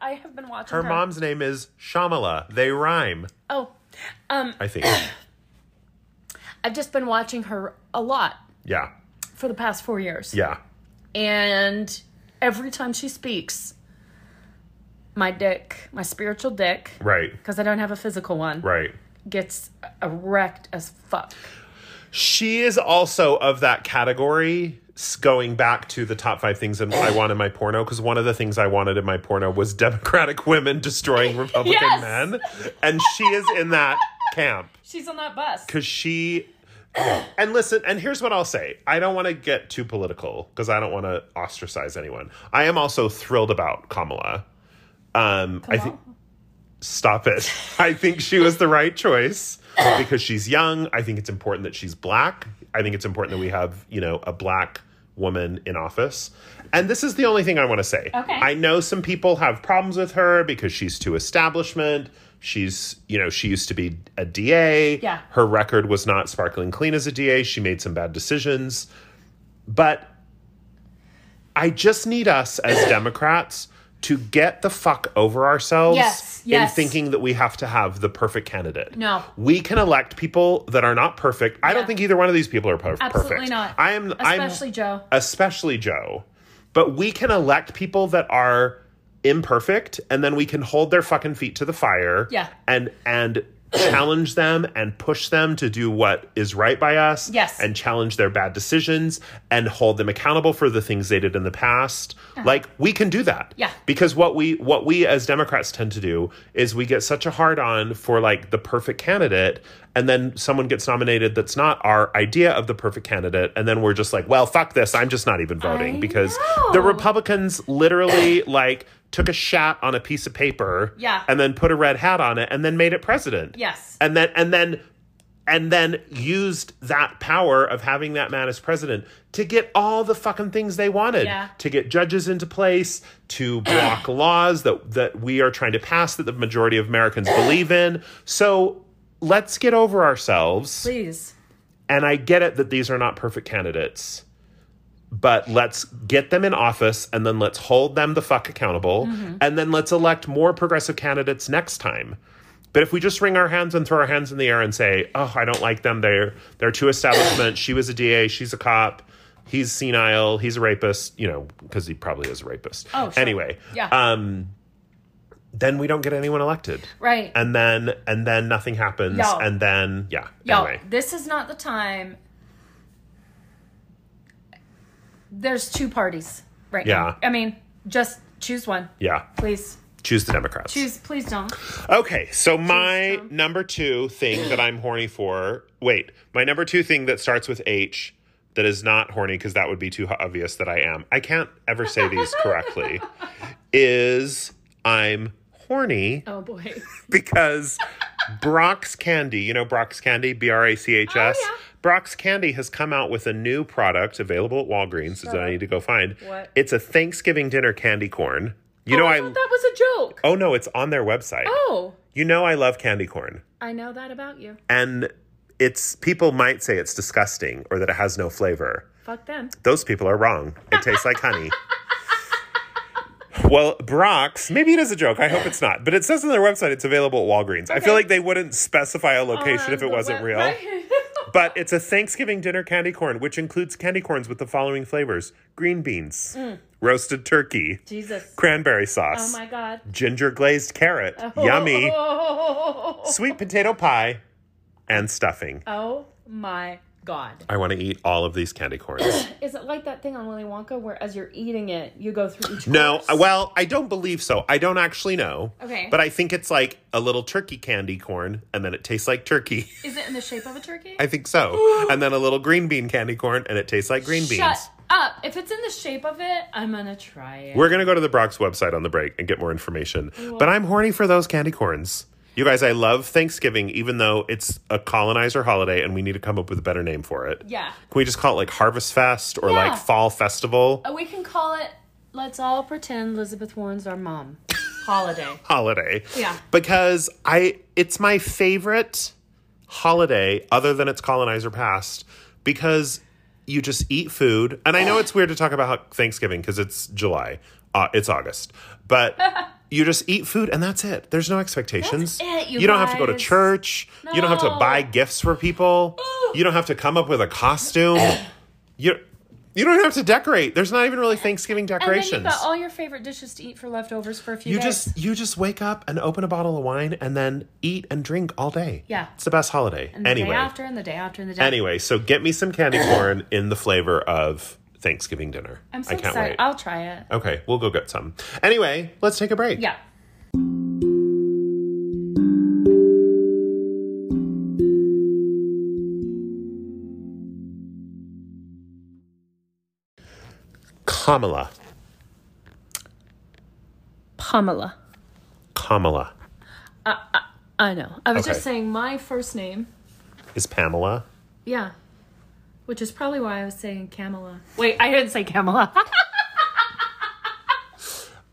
I have been watching
Her
her.
mom's name is Shamala. They rhyme,
Oh,
I think.
I've just been watching her a lot
yeah.
for the past four years.
Yeah.
And every time she speaks, my dick, my spiritual dick,
Right.
because I don't have a physical one,
Right.
gets erect as fuck.
She is also of that category. s- Going back to the top five things in, I want in my porno, because one of the things I wanted in my porno was Democratic women destroying Republican
Yes.
men. And she is in that camp.
She's on that bus.
because she and listen and here's what i'll say i don't want to get too political because i don't want to ostracize anyone i am also thrilled about kamala um i think stop it i think she was the right choice because she's young i think it's important that she's black i think it's important that we have you know a black woman in office and this is the only thing i want to say
Okay.
i know some people have problems with her because she's too establishment she's you know she used to be a da
Yeah.
her record was not sparkling clean as a DA. She made some bad decisions. But I just need us as Democrats to get the fuck over ourselves
Yes, yes.
in thinking that we have to have the perfect candidate.
No.
We can elect people that are not perfect. I don't
Yeah.
think either one of these people are per- perfect.
Absolutely not.
I am
Especially
I'm,
Joe.
Especially Joe. But we can elect people that are imperfect and then we can hold their fucking feet to the fire
Yeah.
and and challenge them and push them to do what is right by us
Yes.
and challenge their bad decisions and hold them accountable for the things they did in the past like we can do that
Uh-huh. Yeah.
because what we what we as democrats tend to do is we get such a hard on for like the perfect candidate and then someone gets nominated that's not our idea of the perfect candidate and then we're just like well fuck this i'm just not even voting
I
because
know.
the republicans literally like took a shot on a piece of paper
Yeah.
and then put a red hat on it and then made it president
Yes.
and then and then and then used that power of having that man as president to get all the fucking things they wanted
Yeah.
to get judges into place to block laws that that we are trying to pass that the majority of Americans believe in so let's get over ourselves
Please.
and I get it that these are not perfect candidates, but let's get them in office and then let's hold them the fuck accountable
Mm-hmm.
and then let's elect more progressive candidates next time. But if we just wring our hands and throw our hands in the air and say, "Oh, I don't like them. They're they're too establishment. she was a DA. She's a cop. He's senile. He's a rapist. You know, because he probably is a rapist.
Oh, sure.
anyway,
Yeah.
Um, then we don't get anyone elected,
Right.
and then and then nothing happens,
Yo.
and then yeah.
Yo,
anyway.
this is not the time. There's two parties right
Yeah.
now. I mean, just choose one,
Yeah.
please.
Choose the Democrats.
Choose, please don't.
Okay, so my
Trump.
number two thing that I'm horny for. Wait, my number two thing that starts with H that is not horny because that would be too obvious that I am. I can't ever say these correctly. Is I'm horny
Oh boy.
because Brock's Candy, you know Brock's Candy, B R A C H S.
Oh, yeah.
Brock's Candy has come out with a new product available at Walgreens that I
up.
need to go find.
What?
It's a Thanksgiving dinner candy corn. You know
Oh, I
I.
thought that was a joke.
oh no, it's on their website.
Oh,
You know I love candy corn.
I know that about you.
And it's people might say it's disgusting or that it has no flavor.
Fuck them.
Those people are wrong. It tastes like honey. Well, Brock's, maybe it is a joke. I hope it's not. But it says on their website it's available at Walgreens. I feel
Okay.
like they wouldn't specify a location if
On
it
the
wasn't
web-
real.
right?
But it's a Thanksgiving dinner candy corn, which includes candy corns with the following flavors green beans, roasted turkey,
Jesus.
cranberry sauce,
Mm. Oh my God.
ginger glazed carrot, yummy,
Oh,
sweet potato pie, and stuffing.
oh my God.
I want to eat all of these candy corns.
Is it like that thing on Willy Wonka where as you're eating it, you go through each
No,
course?
uh, well, I don't believe so. I don't actually know.
Okay.
But I think it's like a little turkey candy corn, and then it tastes like turkey.
Is it in the shape of a turkey?
I think so. and then a little green bean candy corn, and it tastes like green beans.
Shut up. If it's in the shape of it, I'm going to try it.
We're going to go to the Brock's website on the break and get more information. But I'm horny for those candy corns. You guys, I love Thanksgiving, even though it's a colonizer holiday and we need to come up with a better name for it.
yeah.
Can we just call it like Harvest Fest or
Yeah.
like Fall Festival?
Uh, We can call it Let's All Pretend Elizabeth Warren's Our Mom Holiday.
holiday.
Yeah.
Because I it's my favorite holiday other than its colonizer past because you just eat food. And I know it's weird to talk about how Thanksgiving because it's July. Uh, it's August. But you just eat food and that's it. There's no expectations.
That's it, you
don't have to go to
guys.
church. You don't have to
No.
buy gifts for people. You don't have to come up with a costume. you you don't have to decorate. There's not even really Thanksgiving
And then
decorations
you've got all your favorite dishes to eat for leftovers for a few
you
days.
just you just wake up and open a bottle of wine and then eat and drink all day.
Yeah.
It's the best holiday.
and the
anyway.
day after and the day after and the day
Anyway, so get me some candy corn in the flavor of Thanksgiving dinner.
I'm so
I can't
excited.
wait.
I'll try it.
Okay, we'll go get some. Anyway, let's take a break.
Yeah.
Kamala.
Pamela.
Kamala.
Uh, I know. I was
Okay.
just saying my first name.
Is Pamela?
Yeah. Which is probably why I was saying Camilla. Wait, I didn't say Camilla.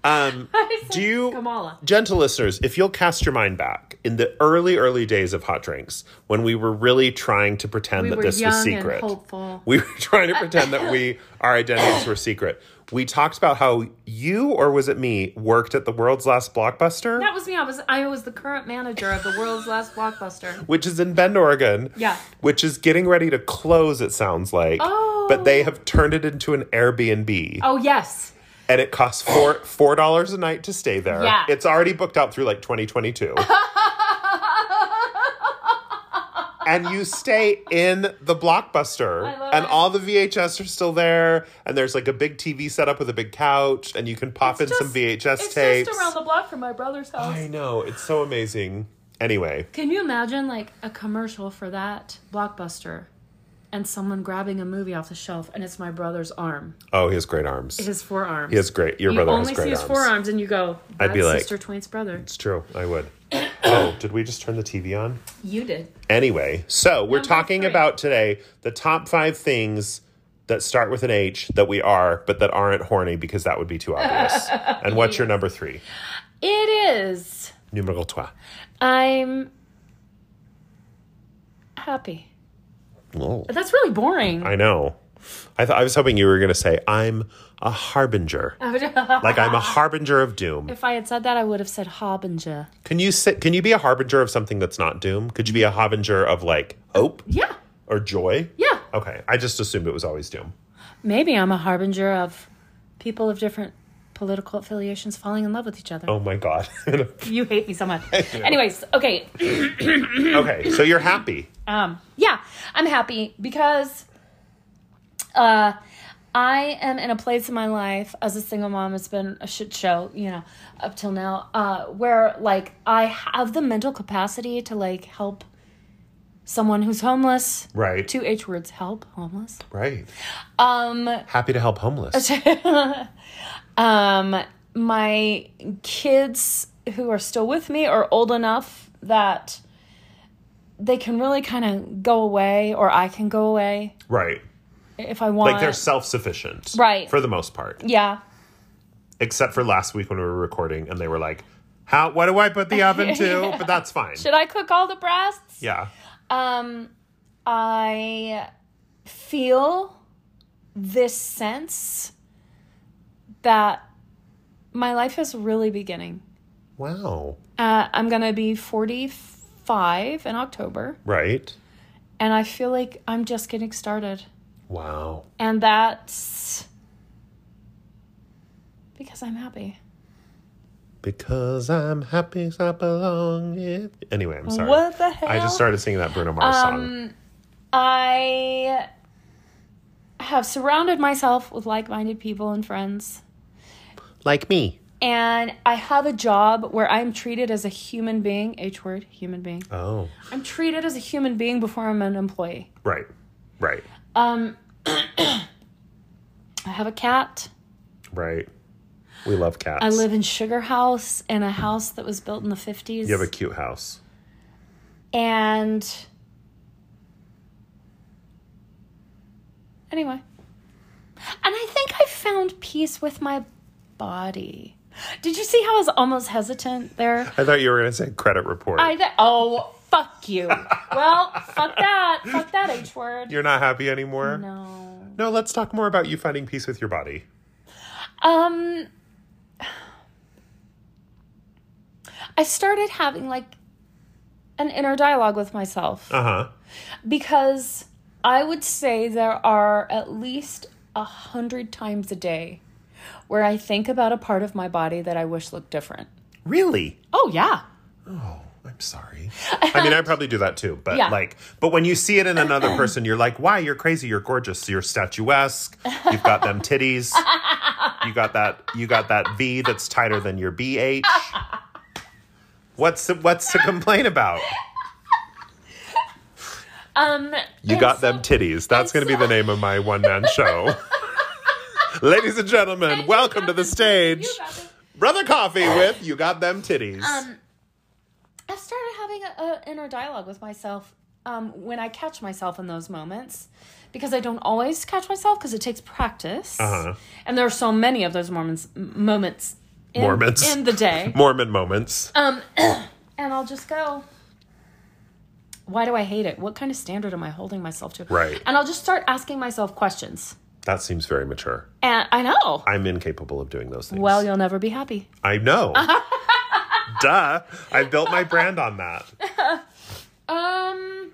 Um
I said
do you
Kamala.
Gentle listeners, if you'll cast your mind back in the early, early days of hot drinks, when we were really trying to pretend
We
that
were
this
young
was secret,
and hopeful.
we were trying to pretend that we our identities were secret. We talked about how you or was it me worked at the world's last blockbuster,
That was me. I was I was the current manager of the world's last blockbuster.
which is in Bend, Oregon.
Yeah.
which is getting ready to close. It sounds like,
Oh.
but they have turned it into an Airbnb,
Oh yes.
and it costs four four dollars a night to stay there.
Yeah.
it's already booked out through like twenty twenty two. And you stay in the blockbuster,
I love
and
it.
all the VHS are still there. And there's like a big TV set up with a big couch, and you can pop in
It's
some
just-
VHS
it's
tapes.
just around the block from my brother's house.
I know it's so amazing. Anyway,
Can you imagine like a commercial for that blockbuster and someone grabbing a movie off the shelf and it's my brother's arm.
oh, he has great arms.
His forearm.
He has great. Your
you
brother
only
has great
see his
arms.
forearms and you go, That's
I'd be like-
Sister Twain's brother.
It's true. I would. oh, did we just turn the TV on?
You did.
Anyway, so we're
Number
talking
three.
about today the top five things that start with an H that we are, but that aren't horny because that would be too obvious. and what's your number three?
It is.
Numero trois.
I'm happy.
Oh,
That's really boring.
I know. I thought I was hoping you were going to say I'm a harbinger, like I'm a harbinger of doom.
if I had said that, I would have said Hobbinger.
Can you sit? Can you be a harbinger of something that's not doom? Could you be a harbinger of like hope
Yeah.
or joy?
Yeah.
Okay, I just assumed it was always doom.
Maybe I'm a harbinger of people of different political affiliations falling in love with each other.
Oh my god.
You hate me so much. Anyways, okay.
okay, so you're happy.
Um, yeah, I'm happy because uh, I am in a place in my life as a single mom. It's been a shit show, you know, up till now, uh, where like I have the mental capacity to like help someone who's homeless.
Right.
Two H words help homeless.
Right.
Um,
Happy to help homeless.
um, my kids who are still with me are old enough that they can really kind of go away or I can go away
Right.
if I want.
Like they're self sufficient.
Right.
For the most part.
yeah.
Except for last week when we were recording and they were like, How what do I put the oven to? But that's fine.
Did I cook all the breasts?
Yeah.
Um I feel this sense that my life is really beginning.
Wow.
Uh, I'm going to be 45 in October.
Right.
And I feel like I'm just getting started.
Wow.
And that's because I'm happy.
Because I'm happy, 'cause I belong. Here. Anyway, I'm sorry.
What the hell? Um,
I just started singing that Bruno Mars song.
I have surrounded myself with like minded people and friends.
Like me.
And I have a job where I'm treated as a human being, H word, human being.
Oh,
I'm treated as a human being before I'm an employee.
right, right,
I have a cat.
right. We love cats.
I live in Sugar House in a house that was built in the 50s.
You have a cute house.
And anyway. And I think I found peace with my body. Did you see how I was almost hesitant there?
I thought you were going to say credit report.
I th- oh, fuck you. well, fuck that. Fuck that H word.
You're not happy anymore.
no.
No, let's talk more about you finding peace with your body.
Um I started having like an inner dialogue with myself.
Uh huh.
because I would say there are at least a hundred times a day where I think about a part of my body that I wish looked different.
Really?
Oh yeah.
Oh, I'm sorry. I mean, I probably do that too, but
Yeah.
like, but when you see it in another person, you're like, "Why? You're crazy. You're gorgeous. You're statuesque. You've got them titties. You got that. You got that V that's tighter than your BH. What's the, what's to complain about?
Um
You
and
got
so-
them titties. That's going to be the name of my one man show. Ladies and gentlemen, welcome to the stage,
You got them.
Brother Coffee with "You Got Them Titties."
Um, I started having an inner dialogue with myself um, when I catch myself in those moments because I don't always catch myself because it takes practice.
Uh-huh.
And there are so many of those Mormons m- moments in,
Mormons.
in the day.
Mormon moments.
Um, and I'll just go. Why do I hate it? What kind of standard am I holding myself to?
Right.
And I'll just start asking myself questions.
that seems very mature.
And I know.
I'm incapable of doing those things.
well, you'll never be happy.
I know. Duh. I built my brand on that.
Um,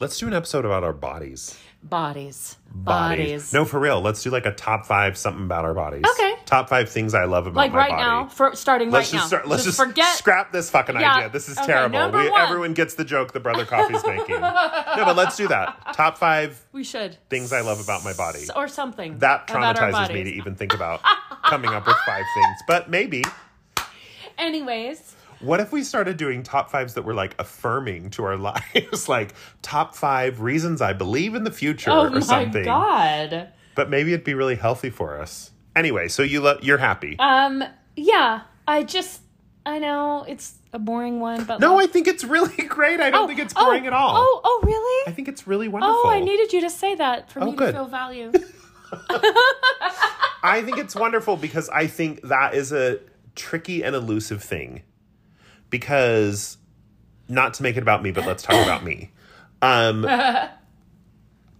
Let's do an episode about our bodies.
bodies, bodies.
No, for real. Let's do like a top five something about our bodies.
Okay.
Top five things I love about
like
my
right
body.
now, for, starting
Let's
right
just
now.
start. Let's just,
forget.
scrap this fucking
Yeah.
idea. This is
Okay,
terrible.
number
We,
one.
everyone gets the joke that Brother Coffee's making. No, but let's do that. Top five
we should
things I love about my body.
S- or something
that
about our
traumatizes me to
bodies.
even think about coming up with five things. But maybe
Anyways,
What if we started doing top fives that were like affirming to our lives, like top five reasons I believe in the future
oh
or
my
something?
god.
But maybe it'd be really healthy for us. Anyway, so you lo- you're happy.
Um, yeah, I just, I know it's a boring one, but
no,
like,
I think it's really great. I don't think it's boring
oh,
at all.
Oh, oh, really?
I think it's really wonderful.
Oh, I needed you to say that for
Oh,
me
good.
to feel value.
I think it's wonderful because I think that is a tricky and elusive thing. Because not to make it about me, but let's talk about me. Um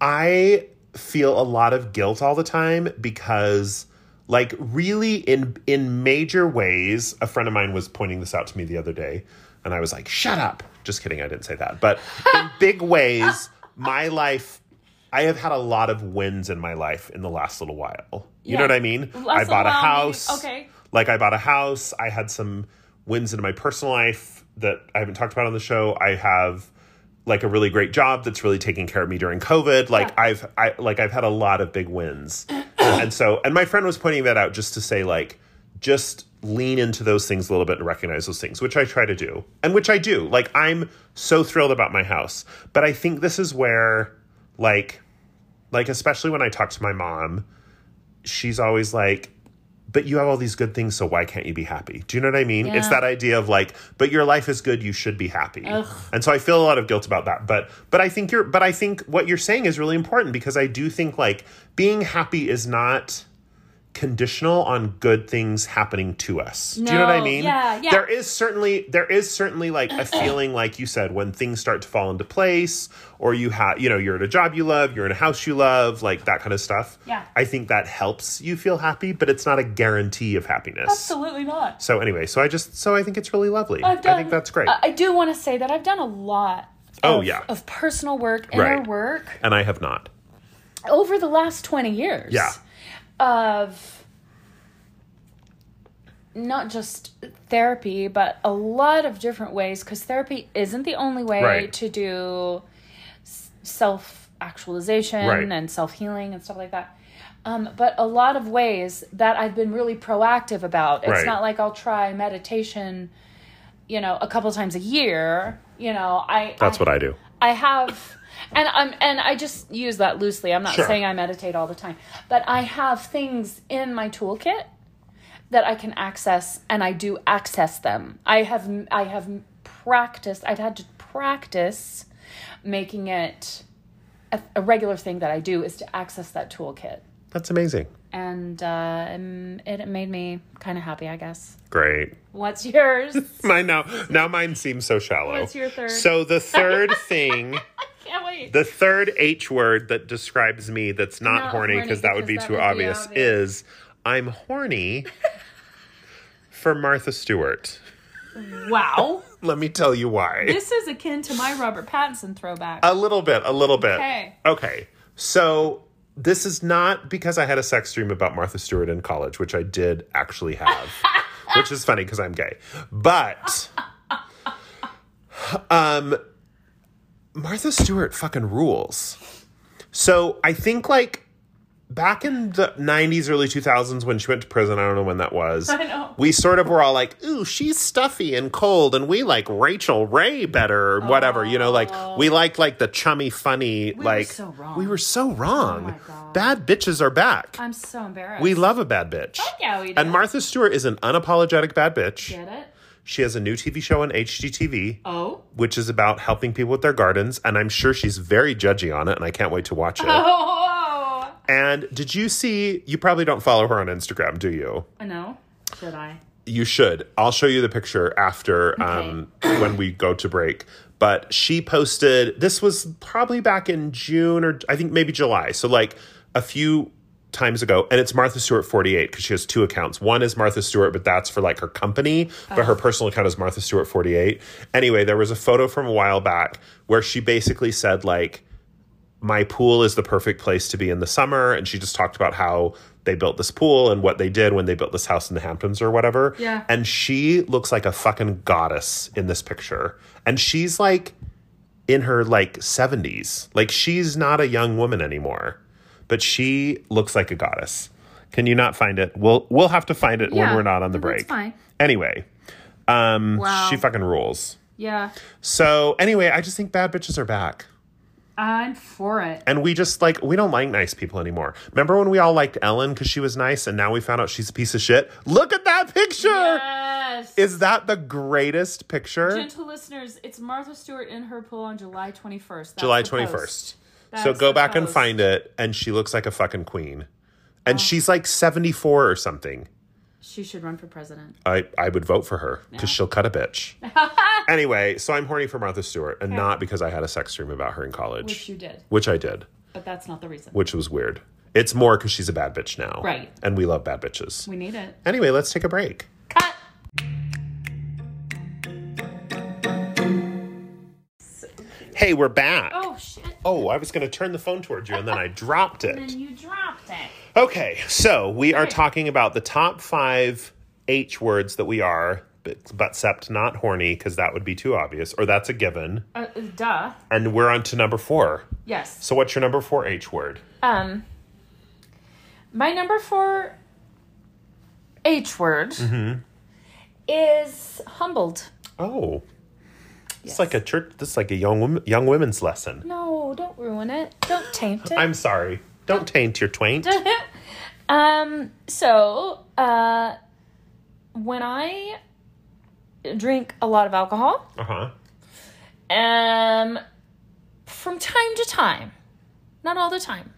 I feel a lot of guilt all the time because like really in in major ways, a friend of mine was pointing this out to me the other day and I was like, "Shut up." Just kidding, I didn't say that. But in big ways, my life I have had a lot of wins in my life in the last little while. You know
Yeah.
what I mean?
Last
I
little
bought a
while, maybe-
house.
okay.
Like I bought a house. I had some wins in my personal life that I haven't talked about on the show. I have like a really great job that's really taking care of me during COVID. Like
Yeah.
I've I like I've had a lot of big wins. and so and my friend was pointing that out just to say like just lean into those things a little bit and recognize those things, which I try to do. And which I do. Like I'm so thrilled about my house. But I think this is where like like especially when I talk to my mom, she's always like but you have all these good things, so why can't you be happy? Do you know what I mean? It's
Yeah.
that idea of like, but your life is good, you should be happy.
Ugh.
And so I feel a lot of guilt about that. But but I think you're but I think what you're saying is really important because I do think like being happy is not conditional on good things happening to us. Do you know what I
No,
mean?
yeah, yeah.
There is certainly there is certainly like a feeling like you said when things start to fall into place or you have you know you're at a job you love, you're in a house you love, like that kind of stuff.
Yeah.
I think that helps you feel happy, but it's not a guarantee of happiness.
Absolutely not.
So anyway, so I just so I think it's really lovely.
I've done, uh,
I think that's great.
I, I do want to say that I've done a lot
Oh,
of,
yeah.
of personal work, inner
Right.
work
And I have not.
over the last 20 years.
Yeah.
Of not just therapy, but a lot of different ways, because therapy isn't the only way
Right.
to do self actualization
Right.
and self healing and stuff like that. Um, but a lot of ways that I've been really proactive about. It's
Right.
not like I'll try meditation, you know, a couple times a year. You know, I
That's
I,
what I do.
I have, and I'm, and I just use that loosely. I'm not
Sure.
saying I meditate all the time, but I have things in my toolkit that I can access, and I do access them. I have, I have practiced. I've had to practice making it a, a regular thing that I do is to access that toolkit,
That's amazing.
and uh, um, it made me kind of happy, I guess.
Great.
What's yours?
Mine now. Now mine seems so shallow.
What's your third?
So the third thing,
Can't wait.
the third H word that describes me that's not,
Not
horny
horny,
because that would be
because
too
that would be
obvious,
obvious.
is I'm horny for Martha Stewart.
Wow.
Let me tell you why.
This is akin to my Robert Pattinson throwback.
A little bit, a little bit.
Okay.
Okay. So this is not because I had a sex dream about Martha Stewart in college, which I did actually have, which is funny because I'm gay. But um Martha Stewart fucking rules. So I think like back in the 90s early 2000s when she went to prison i don't know when that was
I know.
we sort of were all like ooh she's stuffy and cold and we like rachel ray better or whatever you know like we like like the chummy funny like
Oh. so wrong. Oh
we were so wrong bad bitches are back
I'm so embarrassed.
we love a bad bitch
yeah, we did.
and martha stewart is an unapologetic bad bitch
get it.
she has a new tv show on hgtv
oh.
which is about helping people with their gardens and i'm sure she's very judgy on it and i can't wait to watch it
Oh.
and did you see? You probably don't follow her on Instagram, do you?
No. Should I?
You should. I'll show you the picture after um, when we go to break. But she posted, this was probably back in June or I think maybe July. So, like a few times ago. And it's Martha Stewart 48 because she has two accounts. One is Martha Stewart, but that's for like her company. But her personal account is Martha Stewart 48. Anyway, there was a photo from a while back where she basically said, like, my pool is the perfect place to be in the summer. And she just talked about how they built this pool and what they did when they built this house in the Hamptons or whatever.
Yeah.
And she looks like a fucking goddess in this picture. And she's like in her like 70s. Like she's not a young woman anymore. But she looks like a goddess. Can you not find it? We'll we'll have to find it when
Yeah.
we're not on the break.
That's fine.
Anyway. Um
Wow.
she fucking rules.
Yeah.
So anyway, I just think bad bitches are back
I'm for it.
and we just like we don't like nice people anymore. Remember when we all liked Ellen because she was nice, and now we found out she's a piece of shit. Look at that picture.
Yes.
Is that the greatest picture?
Gentle listeners, it's Martha Stewart in her pool on July 21st. That's
July
the post.
twenty first. So
That's
go
the
back and
post. Oh.
find it, and she looks like a fucking queen, and she's like seventy four or something.
She should run for president.
I, I would vote for her because she'll cut a bitch. anyway, so I'm horny for Martha Stewart, and not because I had a sex dream about her in college,
Which you did,
which I did,
but that's not the reason.
which was weird. It's more because she's a bad bitch now,
Right.
And we love bad bitches.
We need it.
Anyway, let's take a break.
Cut.
Hey, we're back. Oh,
Oh shit!
I was going to turn the phone towards you and then I dropped
And
it.
you dropped it.
Okay, so we are talking about the top five H words that we are, but, but except not horny because that would be too obvious, or that's a given.
Uh, duh.
And we're on to number four.
Yes.
So, what's your number four H word?
Um, my number four H word
Mm-hmm.
is humbled.
Oh. It's like a church. This is like a young woman, young women's lesson.
No, don't ruin it. Don't taint it.
I'm sorry. Don't taint your twaint.
um, so uh, when I drink a lot of alcohol,
Uh huh.
um, from time to time, not all the time,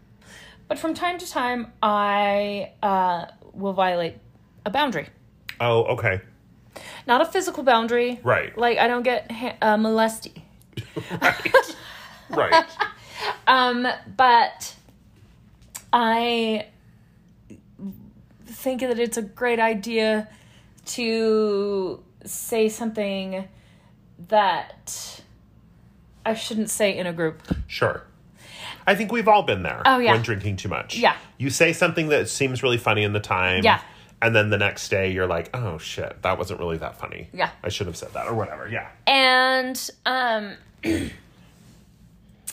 but from time to time, I uh, will violate a boundary.
Oh, okay.
not a physical boundary.
Right.
Like I don't get ha- uh, molesty.
Right.
Um, but I think that it's a great idea to say something that I shouldn't say in a group.
Sure. I think we've all been there
Oh, yeah.
when drinking too much.
Yeah.
You say something that seems really funny in the time.
Yeah.
And then the next day you're like, oh shit, that wasn't really that funny.
Yeah.
I should have said that or whatever. Yeah.
And um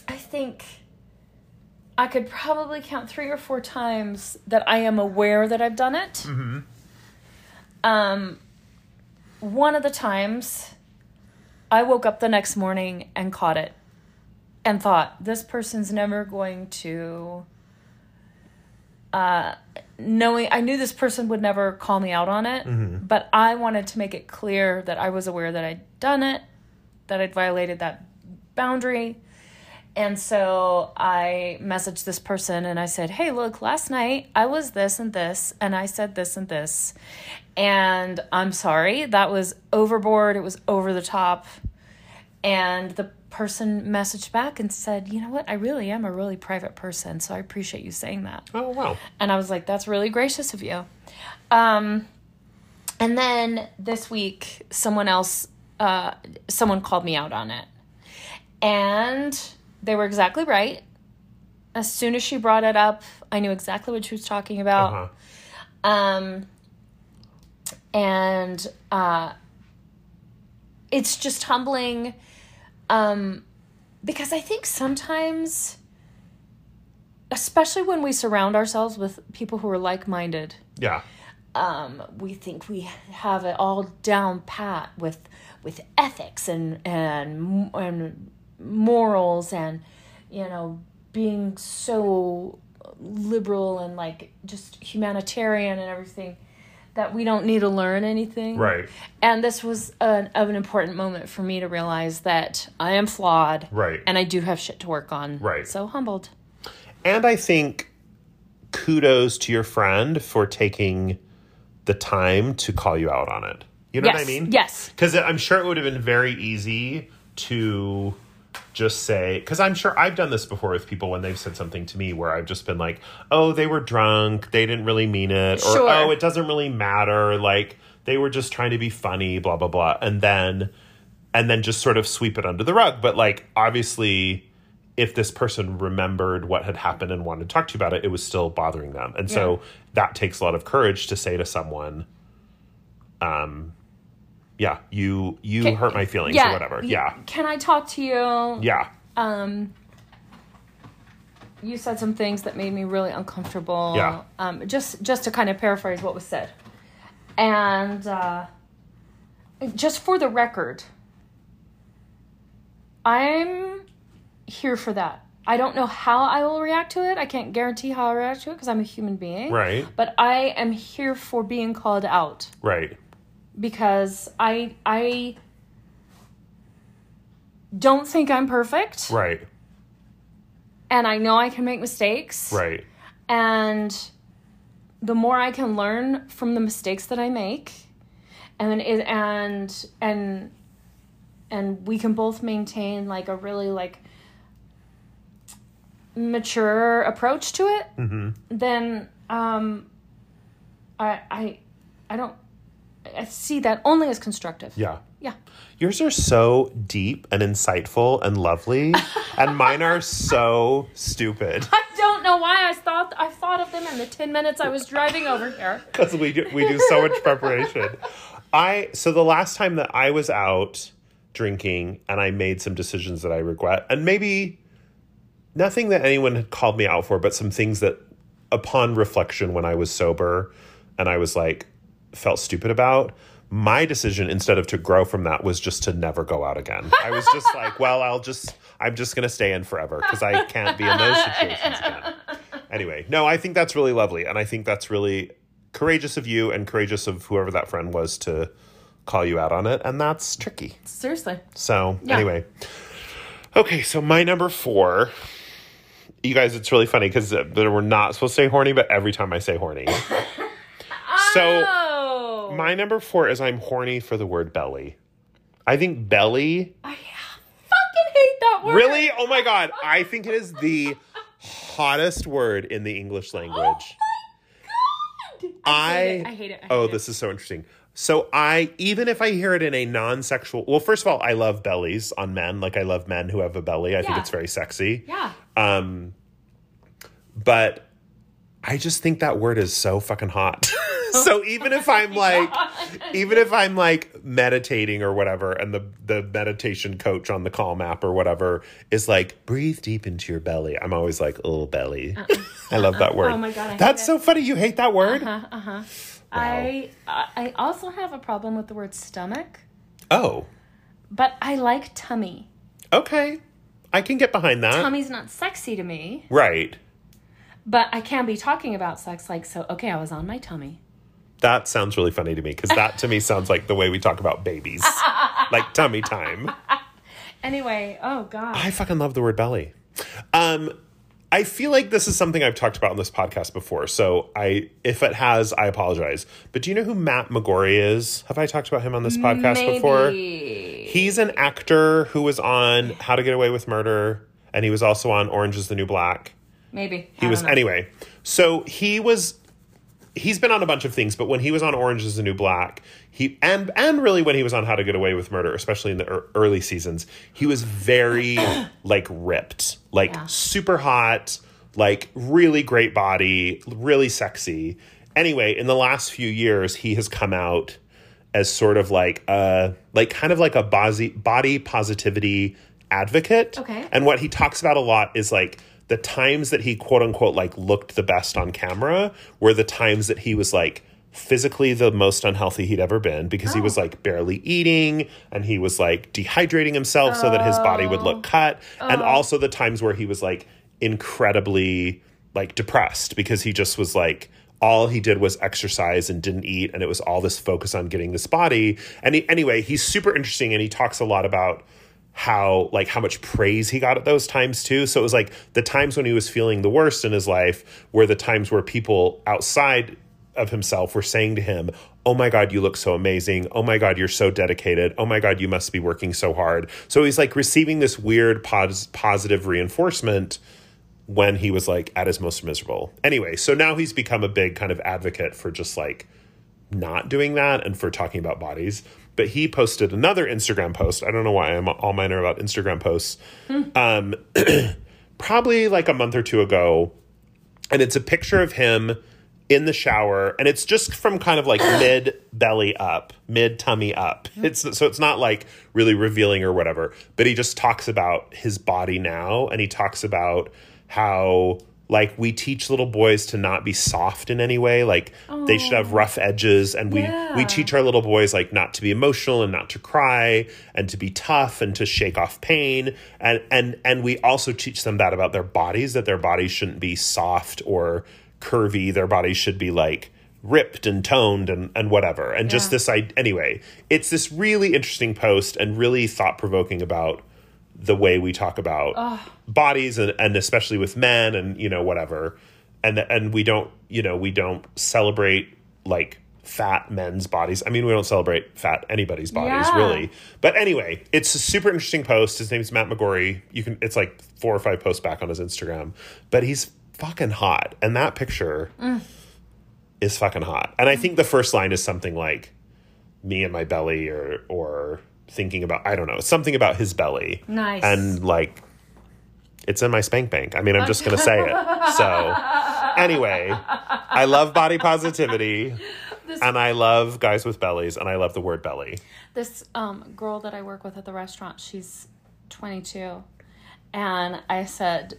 I think I could probably count three or four times that I am aware that I've done it. Mm-hmm. Um one of the times I woke up the next morning and caught it and thought, this person's never going to uh, knowing I knew this person would never call me out on it, but I wanted to make it clear that I was aware that I'd done it, that I'd violated that boundary. And so I messaged this person and I said, Hey, look, last night I was this and this, and I said this and this. And I'm sorry, that was overboard, it was over the top. And the person messaged back and said, You know what? I really am a really private person, so I appreciate you saying that.
Oh, wow.
And I was like, that's really gracious of you. Um, and then this week, someone else, uh, someone called me out on it. And they were exactly right. As soon as she brought it up, I knew exactly what she was talking about.
Uh-huh.
Um, and uh, it's just humbling um, because I think sometimes, especially when we surround ourselves with people who are like minded,
Yeah.
um, we think we have it all down pat with with ethics and and and morals and you know being so liberal and like just humanitarian and everything that we don't need to learn anything
Right.
and this was an, of an important moment for me to realize that i am flawed
Right.
and i do have shit to work on
Right.
so humbled
And I think kudos to your friend for taking the time to call you out on it. You know
yes
what I mean?
yes
Because I'm sure it would have been very easy to just say, because I'm sure I've done this before with people when they've said something to me where I've just been like, oh, they were drunk. They didn't really mean it. Or,
Sure.
oh, it doesn't really matter. Like, they were just trying to be funny, blah, blah, blah. And then, and then just sort of sweep it under the rug. But, like, obviously, if this person remembered what had happened and wanted to talk to you about it, it was still bothering them. And so that takes a lot of courage to say to someone, um, yeah, you you
Ca-
hurt my feelings or whatever.
y-
Yeah.
can i talk to you
Yeah.
um you said some things that made me really uncomfortable
Yeah.
um just just to kind of paraphrase what was said and uh just for the record i'm here for that i don't know how i will react to it i can't guarantee how i react to it because i'm a human being
Right.
but i am here for being called out
Right.
because i i don't think i'm perfect
Right.
and I know I can make mistakes.
Right.
And the more I can learn from the mistakes that I make, and it, and and and we can both maintain like a really like mature approach to it,
Mm-hmm.
then um, I I I don't I see that only as constructive.
Yeah.
Yeah.
Yours are so deep and insightful and lovely, and mine are so stupid
I don't know why I thought I thought of them in the ten minutes I was driving over here.
because we do, we do so much preparation. I so the last time that I was out drinking and I made some decisions that I regret, and maybe nothing that anyone had called me out for, but some things that upon reflection when I was sober and I was like felt stupid about, my decision instead of to grow from that was just to never go out again. I was just like, well, I'll just I'm just going to stay in forever cuz I can't be in those situations again. Anyway, no, I think that's really lovely and I think that's really courageous of you and courageous of whoever that friend was to call you out on it and that's tricky.
Seriously.
So
Yeah.
anyway, okay. So my number four, you guys, it's really funny because we're not supposed to say horny, but every time I say horny, so
Oh.
my number four is I'm horny for the word belly. I think belly
I fucking hate that word.
really. Oh my god, I think it is the hottest word in the English language.
God.
I,
Oh I hate it. I hate it. I hate
oh,
it.
this is so interesting. So I even if I hear it in a non-sexual well, first of all, I love bellies on men. Like I love men who have a belly. I think
Yeah.
it's very sexy.
Yeah.
Um, but I just think that word is so fucking hot. so even if I'm
Oh
like, even if I'm like meditating or whatever, and the the meditation coach on the Calm app or whatever is like, breathe deep into your belly. I'm always like, oh belly. I love that word.
Uh-uh. Oh my God, I hate
that's
it. Uh-huh.
so funny. You hate that word?
I I also have a problem with the word stomach,
Oh,
but I like tummy.
okay. I can get behind that.
Tummy's not sexy to me,
Right.
but I can be talking about sex like so. Okay, I was on my tummy.
That sounds really funny to me because that to me sounds like the way we talk about babies, like tummy time.
Anyway, oh god.
I fucking love the word belly. Um, I feel like this is something I've talked about on this podcast before. So I, if it has, I apologize. But do you know who Matt McGorry is? Have I talked about him on this podcast before? He's an actor who was on How to Get Away with Murder, and he was also on Orange Is the New Black.
Maybe
He was anyway. So he was. He's been on a bunch of things, but when he was on Orange Is the New Black, he and and really when he was on How to Get Away with Murder, especially in the ear- early seasons, he was very like ripped, like
Yeah.
super hot, like really great body, really sexy. Anyway, in the last few years, he has come out as sort of like a like kind of like a body body positivity advocate.
Okay.
And what he talks about a lot is like the times that he quote unquote like looked the best on camera were the times that he was like physically the most unhealthy he'd ever been because he was like barely eating and he was like dehydrating himself so that his body would look cut and also the times where he was like incredibly like depressed because he just was like all he did was exercise and didn't eat and it was all this focus on getting this body and he, anyway he's super interesting and he talks a lot about how like how much praise he got at those times too so it was like the times when he was feeling the worst in his life were the times where people outside of himself were saying to him oh my god you look so amazing oh my god you're so dedicated oh my god you must be working so hard so he's like receiving this weird pos- positive reinforcement when he was like at his most miserable. Anyway, so now he's become a big kind of advocate for just like not doing that and for talking about bodies. But he posted another Instagram post. I don't know why I'm all minor about Instagram posts. Um, probably like a month or two ago. And it's a picture of him in the shower. And it's just from kind of like mid belly up, mid tummy up. It's so it's not like really revealing or whatever. But he just talks about his body now. And he talks about how like we teach little boys to not be soft in any way. Like they should have rough edges. And we
Yeah.
we teach teach our little boys like not to be emotional and not to cry and to be tough and to shake off pain and and and we also teach them that about their bodies that their bodies shouldn't be soft or curvy their bodies should be like ripped and toned and and whatever and just
Yeah.
this I anyway it's this really interesting post and really thought provoking about the way we talk about bodies and, and especially with men and you know whatever and and we don't you know we don't celebrate like fat men's bodies i mean we don't celebrate fat anybody's bodies
Yeah.
really but anyway it's a super interesting post his name's matt mcgory you can it's like four or five posts back on his instagram but he's fucking hot and that picture is fucking hot and
Mm.
i think the first line is something like me and my belly or or thinking about I don't know, something about his belly.
Nice.
And like it's in my spank bank. I mean, I'm just going to say it. So anyway, I love body positivity and I love guys with bellies and I love the word belly.
this um, girl that I work with at the restaurant, she's 22, and I said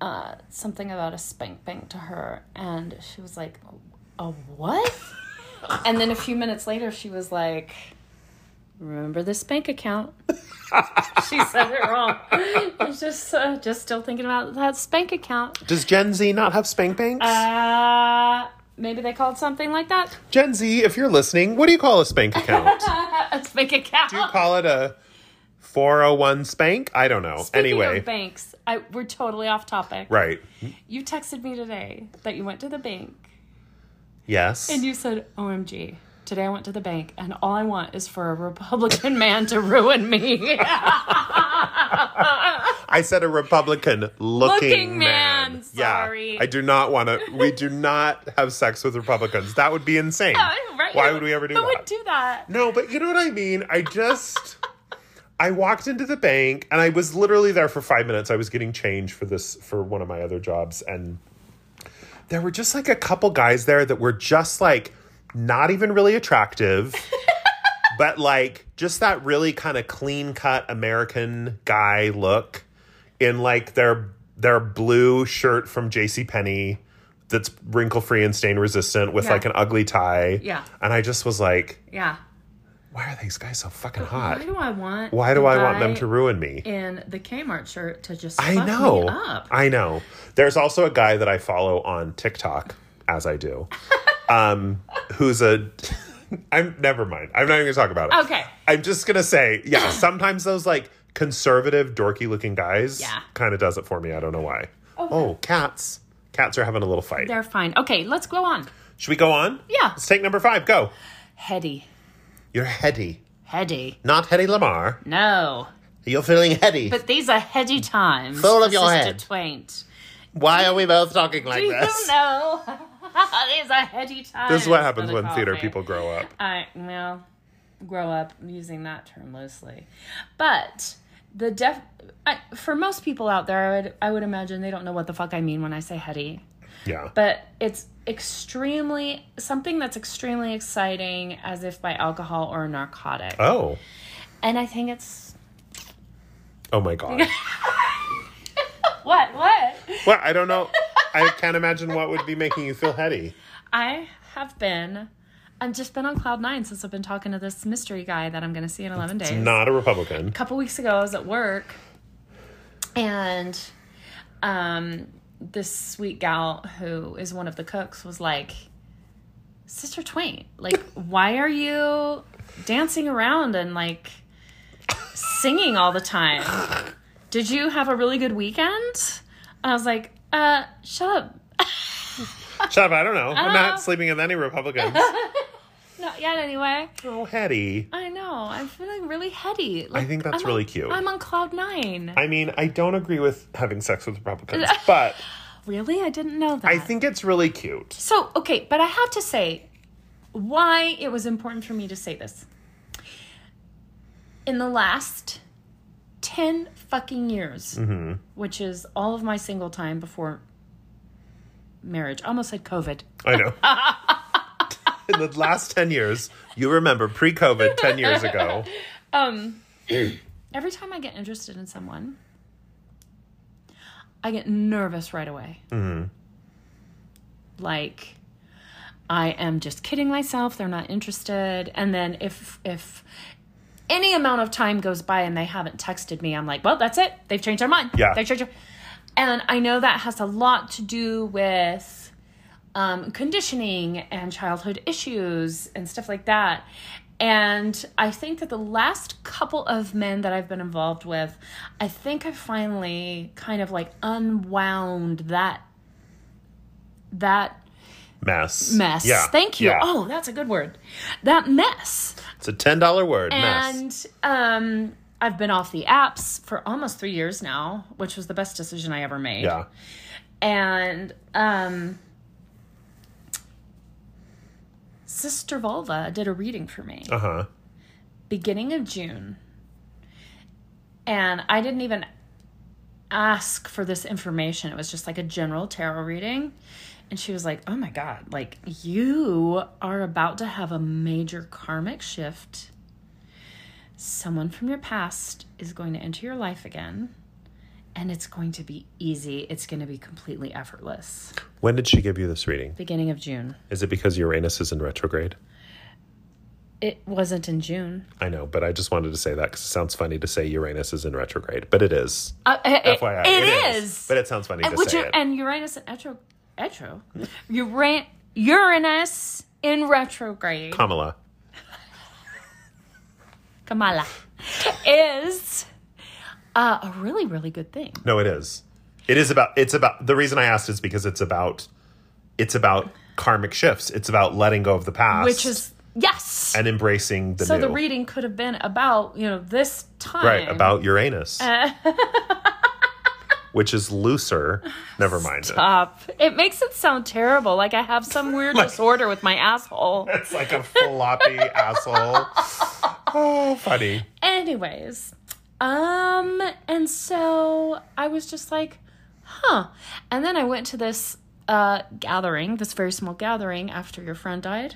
uh, something about a spank bank to her, and she was like, "A what?" and then a few minutes later, she was like, "Remember the spank account?" she said it wrong. I'm just uh, just still thinking about that spank account.
Does Gen Z not have spank banks?
Uh, maybe they called something like that
Gen Z, if you're listening, what do you call a spank account?
a spank account.
do you call it a 401 spank? I don't know.
Speaking
anyway,
of banks, I, we're totally off topic.
right.
You texted me today that you went to the bank
Yes.
and you said, OMG, today I went to the bank and all I want is for a Republican man to ruin me.
I said a Republican looking,
Looking
man.
man, sorry.
Yeah. I do not want to. We do not have sex with Republicans. That would be insane.
right?
Why would we ever do
Who
that?
would do that?
No, but you know what I mean? I just I walked into the bank and I was literally there for 5 minutes. I was getting change for this for one of my other jobs and there were just like a couple guys there that were just like not even really attractive. but like just that really kind of clean-cut American guy look in like their their blue shirt from J.C. Penney that's wrinkle-free and stain resistant with
Yeah.
like an ugly tie.
Yeah.
And I just was like
Yeah.
why are these guys so fucking
Why
hot?
do I want?
Why do
the
I want them
guy
to ruin me?
In the Kmart shirt to just
I
fuck
know.
me up.
I know. There's also a guy that I follow on TikTok, as I do, um, who's a. I'm never mind. I'm not even gonna talk about it.
Okay.
I'm just gonna say, yeah. Sometimes those like conservative, dorky-looking guys,
Yeah.
kind of does it for me. I don't know why. Oh, cats! Cats are having a little fight.
They're fine. Okay, let's go on.
Should we go on?
Yeah.
Let's take number five. Go.
Heady.
You're heady,
Heady.
not Hetty Lamar.
No.
You're feeling heady.
But these are heady times.
Full of your
Sister
head.
Twaint.
Why are we both talking like
Do you know? these are heady times.
This is what happens
Mother
when theater
Coffee.
people grow up.
I well grow up using that term loosely, but the def I, for most people out there, I would I would imagine they don't know what the fuck I mean when I say heady,
Yeah.
but it's extremely something that's extremely exciting, as if by alcohol or a narcotic,
oh.
and I think it's
Oh my god.
what what
well, I don't know. I can't imagine what would be making you feel heady.
I have been. I've just been on cloud nine since I've been talking to this mystery guy that I'm going to see in 11 days.
Not a Republican.
couple weeks ago, I was at work, and um, this sweet gal who is one of the cooks was like, "Sister Twain, like, why are you dancing around and like singing all the time? Did you have a really good weekend?" And I was like, "Uh, shut up."
Shut up, I don't know. I'm
know.
not sleeping with any Republicans.
Not yet, anyway.
oh, heady.
I know. I'm feeling really heady. Like,
I think that's
I'm
really
on-
cute.
I'm on cloud nine.
I mean, I don't agree with having sex with Republicans, but
really? I didn't know that.
I think it's really cute.
So, okay, but I have to say why it was important for me to say this. In the last 10 fucking years, which is all of my single time before marriage, almost said COVID.
I know. In the last 10 years, you remember pre COVID 10 years ago.
um, Every time I get interested in someone, I get nervous right away. Like, I am just kidding myself. They're not interested. And then if if any amount of time goes by and they haven't texted me, I'm like, well, that's it. They've changed their mind.
Yeah.
they changed. Their- and I know that has a lot to do with um, conditioning and childhood issues and stuff like that. And I think that the last couple of men that I've been involved with, I think I finally kind of like unwound that that
Mess.
mess.
Yeah.
Thank you.
Yeah.
Oh, that's a good word. That mess.
It's a $10 word. mess.
And um I've been off the apps for almost 3 years now, which was the best decision I ever made.
Yeah.
And um Sister Volva did a reading for me
Uh huh.
beginning of June. And I didn't even ask for this information. It was just like a general tarot reading. And she was like, Oh my God, like you are about to have a major karmic shift. Someone from your past is going to enter your life again. And it's going to be easy. It's going to be completely effortless.
When did she give you this reading?
Beginning of June.
Is it because Uranus is in retrograde?
It wasn't in June.
I know, but I just wanted to say that because it sounds funny to say Uranus is in retrograde, but it is.
Uh, it-
FYI,
it is.
But it sounds funny
And,
to
which
say
are-
it.
and Uranus and Etro, Etro, Uran, Uranus in retrograde,
Kamala.
Kamala, is uh, a really really good thing.
No, it is. It is about. It's about. The reason I asked is because it's about. It's about karmic shifts. It's about letting go of the past,
Which is yes.
and embracing the
so
new.
the reading could have been about you know this time,
right about Uranus. which is looser. Never mind. it.
Up. It makes it sound terrible. Like I have some weird disorder with my asshole.
It's like a floppy asshole. Oh, funny.
Anyways, um, and so I was just like, huh. And then I went to this uh gathering, this very small gathering after your friend died.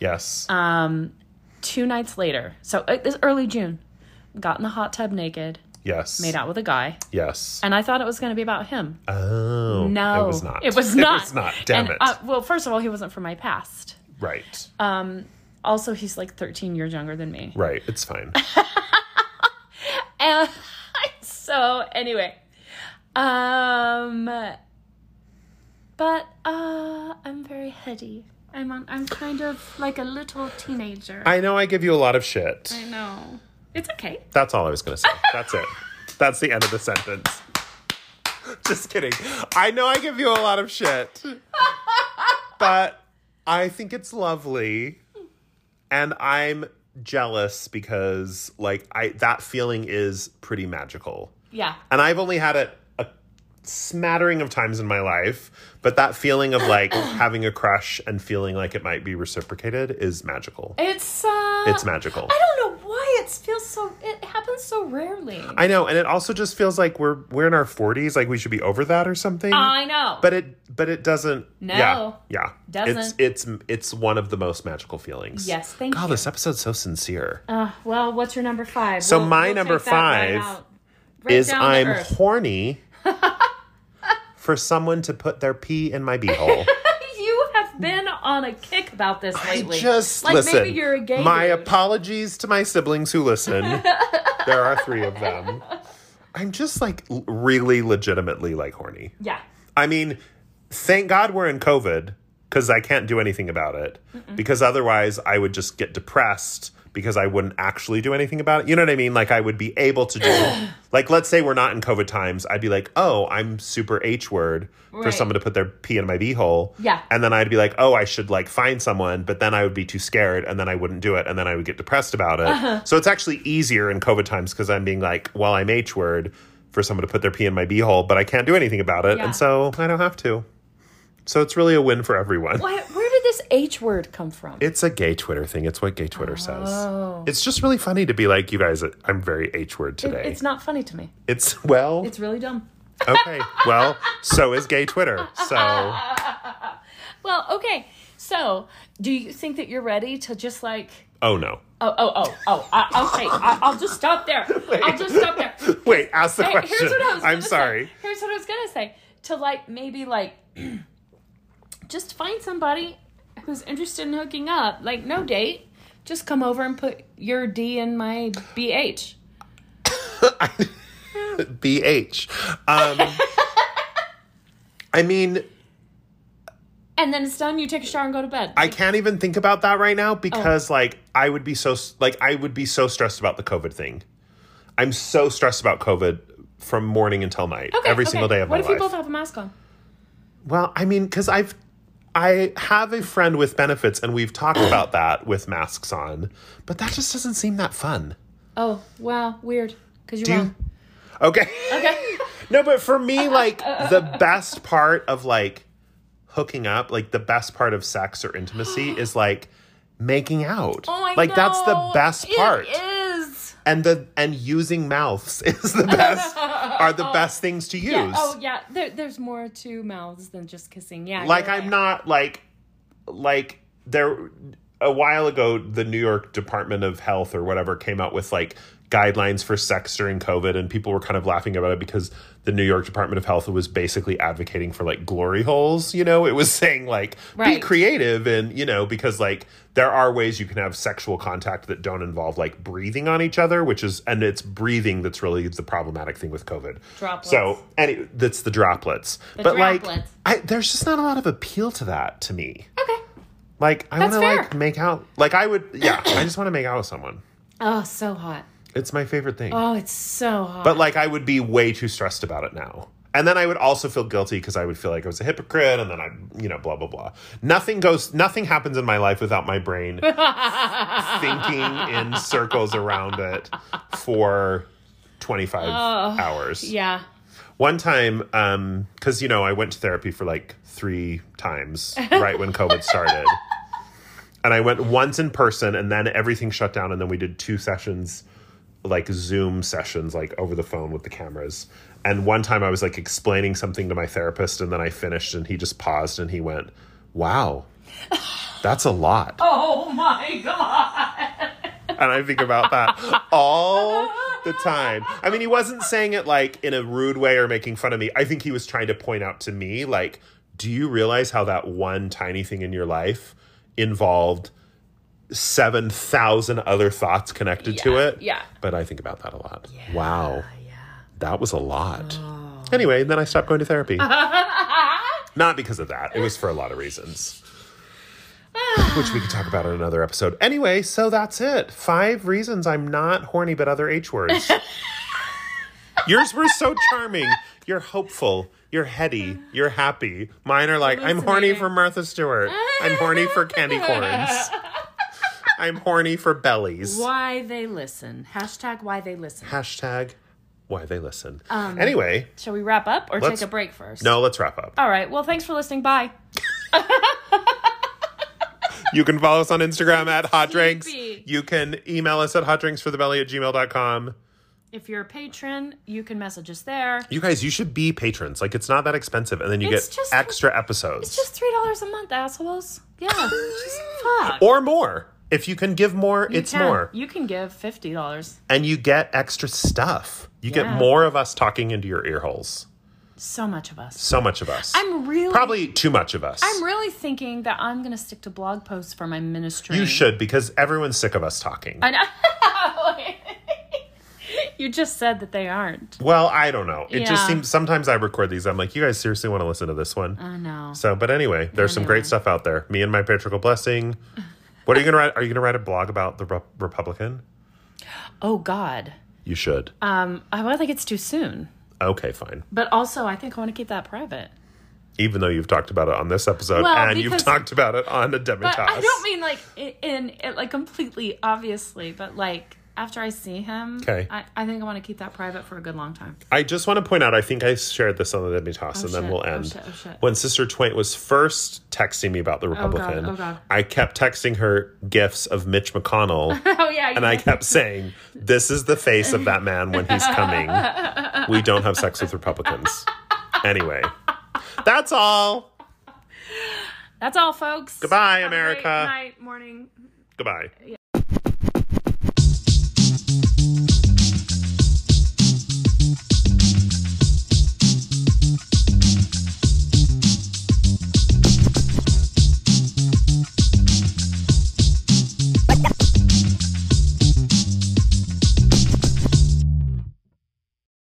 Yes.
Um, two nights later, so it was early June. Got in the hot tub naked,
yes.
made out with a guy,
Yes.
and Mm. I thought it was going to be about him.
oh.
no,
It was not.
It was not.
It was not. Damn
And,
it.
uh, well, first of all, he wasn't from my past.
right.
Um, also, he's like 13 years younger than me.
right. It's fine.
And so anyway, um, but uh, I'm very heady. I'm on, I'm kind of like a little teenager. I,
I know I give you a lot of shit.
know it's okay.
That's all I was going to say. That's it. That's the end of the sentence. Just kidding. I know I give you a lot of shit, but I think it's lovely. And I'm jealous because, like, I that feeling is pretty magical.
Yeah,
And I've only had it a smattering of times in my life, but that feeling of like having a crush and feeling like it might be reciprocated is magical.
it's uh,
It's magical.
I don't know why it feels so. It happens so rarely. I,
I know, and it also just feels like we're we're in our forties, like we should be over that or something.
Oh, know,
but it but it doesn't.
Uh, No.
yeah, yeah,
Doesn't.
It's it's it's one of the most magical feelings.
yes, thank
God,
you.
this episode's so sincere.
Uh, well, what's your number five?
So my
take
number
that right
five
out. Right
Is
down to
I'm
earth.
horny for someone to put their pee in my beehole.
You have been on a kick about this
I
lately.
just
like
listen.
maybe you're a gay.
my
dude.
apologies to my siblings who listen. there are three of them. I'm just like l- really legitimately like horny.
yeah.
I mean, thank God we're in COVID because I can't do anything about it. Because otherwise, I would just get depressed because I wouldn't actually do anything about it. You know what I mean? Like, I would be able to do, like, let's say we're not in COVID times. I'd be like, oh, I'm super H word for
Right.
someone to put their pee in my beehole.
Yeah.
And then I'd be like, oh, I should like find someone, but then I would be too scared and then I wouldn't do it. And then I would get depressed about it.
Uh-huh.
So it's actually easier in COVID times because I'm being like, well, I'm H word for someone to put their pee in my beehole, but I can't do anything about it.
Yeah.
And so I don't have to. So it's really a win for everyone.
Why, where did this H word come from?
It's a gay Twitter thing. It's what gay Twitter
Oh.
says. It's just really funny to be like, you guys, I'm very H word
It-
today.
it's not funny to me.
it's well,
It's really dumb.
okay. Well, so is gay Twitter. So.
Well, okay. So, do you think that you're ready to just like?
Oh no.
Oh, oh, oh, oh. I, okay, I, I'll just stop there. I'll just stop there.
Wait, ask the
Hey,
question.
here's what I was.
I'm
gonna
sorry.
Say. Here's what I was gonna say. To like maybe like, just find somebody who's interested in hooking up. Like no date. Just come over and put your D in my BH.
BH. Um, I mean,
And then it's done. You take a shower and go to bed.
I can't even think about that right now
Oh.
because, like, I would be so like I would be so stressed about the COVID thing. I'm so stressed about COVID from morning until night, every single day of
what
my
if
life.
you both have a mask on?
well, I mean, because I've I have a friend with benefits, and we've talked about that with masks on, but that just doesn't seem that fun.
Oh, wow, weird. Because you're
you-
wrong.
Okay.
Okay.
No, but for
Uh,
me, like the best part of like hooking up, like the best part of sex or intimacy is like making out.
Oh
like that's the best part.
Oh, It is.
And the and using mouths is the best are the best things to use.
Oh Uh, yeah, there, there's more to mouths than just kissing. Yeah.
like
you're
I'm
right.
not like like there a while ago the New York Department of Health or whatever came out with like guidelines for sex during COVID and people were kind of laughing about it because the New York Department of Health was basically advocating for like glory holes, you know, it was saying like be
Right.
creative and you know because like there are ways you can have sexual contact that don't involve like breathing on each other, which is and it's breathing that's really the problematic thing with COVID.
Droplets.
So, any that's the droplets. but like
droplets.
I, there's just not a lot of appeal to that to me.
Okay.
Like I want
That's
to like
fair.
make out. Like I would, yeah. I just want to make out with someone.
Oh, so hot.
It's my favorite thing.
Oh, it's so hot.
But like I would be way too stressed about it now, and then I would also feel guilty because I would feel like I was a hypocrite, and then I, you know, blah blah blah. Nothing goes. Nothing happens in my life without my brain thinking in
Oh,
circles around it for twenty five hours.
yeah.
One time, because, you know, I went to therapy for like three times right when COVID started. And I went once in person and then everything shut down. And then we did two sessions, like Zoom sessions, like over the phone with the cameras. And one time I was like explaining something to my therapist. And then I finished and he just paused and he went, Wow, that's a lot.
Oh my god.
and I think about that all the time. I mean, he wasn't saying it like in a rude way or making fun of me. I think he was trying to point out to me, like, do you realize how that one tiny thing in your life involved 7,000 other thoughts connected to
Yeah,
it?
yeah.
But I think about that a lot. wow. That was a lot.
Oh.
Anyway, and then I stopped going to therapy. Not because of that, it was for a lot of reasons which we could talk about in another episode. Anyway, so that's it. Five reasons I'm not horny, but other H words. Yours were so charming. You're hopeful. You're heady. You're happy. Mine are like, I'm horny for Martha Stewart. I'm horny for candy corns. I'm horny for bellies.
Why they listen. Hashtag why they listen.
Hashtag why they listen. anyway,
Shall we wrap up or
Let's-
take a break first?
no, let's wrap up.
All right. Well, thanks for listening. Bye.
You can follow us on Instagram at Hot Drinks.
Sleepy.
You can email us at hotdrinksforthebelly at gmail.com.
If you're a patron, you can message us there.
You guys, you should be patrons. Like it's not that expensive, and then you
It's
get
just-
extra episodes
Just three dollars a month, assholes. Yeah. Just fuck.
or more. If you can give more,
You
it's
can-
more,
You can give fifty dollars.
and you get extra stuff. You get
Yeah.
more of us talking into your ear holes.
So much of us.
So much of us.
I'm really
probably too much of us.
I'm really thinking that I'm gonna stick to blog posts for my ministry.
you should because everyone's sick of us talking.
I know. you just said that they aren't.
well, I don't know. It just
Yeah. Uh,
seems sometimes I record these. I'm like, you guys seriously want to listen to this one?
I know.
So, but anyway, there's some
Anyway.
great stuff out there. Me and my patriarchal blessing. What are you gonna write? Are you gonna write a blog about the Re- Republican?
Oh God.
You should.
Um, I well, I think it's too soon.
okay, fine.
But also, I think I want to keep that private.
even though you've talked about it on this episode
Well,
and you've
because-
talked about it on a demi
But I don't mean like i- in, in like completely, obviously. But like after I see him,
'Kay.
I, I think I want to keep that private for a good long time.
I just want to point out, I think I shared this on the demi toss, and then
shit.
we'll
Oh,
end.
shit. Oh, shit.
When Sister Twain was first texting me about the
God.
Republican,
Oh, God.
I kept texting her gifs of Mitch McConnell,
Oh yeah.
and I kept saying, "This is the face of that man when he's coming." we don't have sex with Republicans. Anyway, that's all.
That's all, folks.
Goodbye,
Have a great
America.
night, morning.
Goodbye.
Yeah.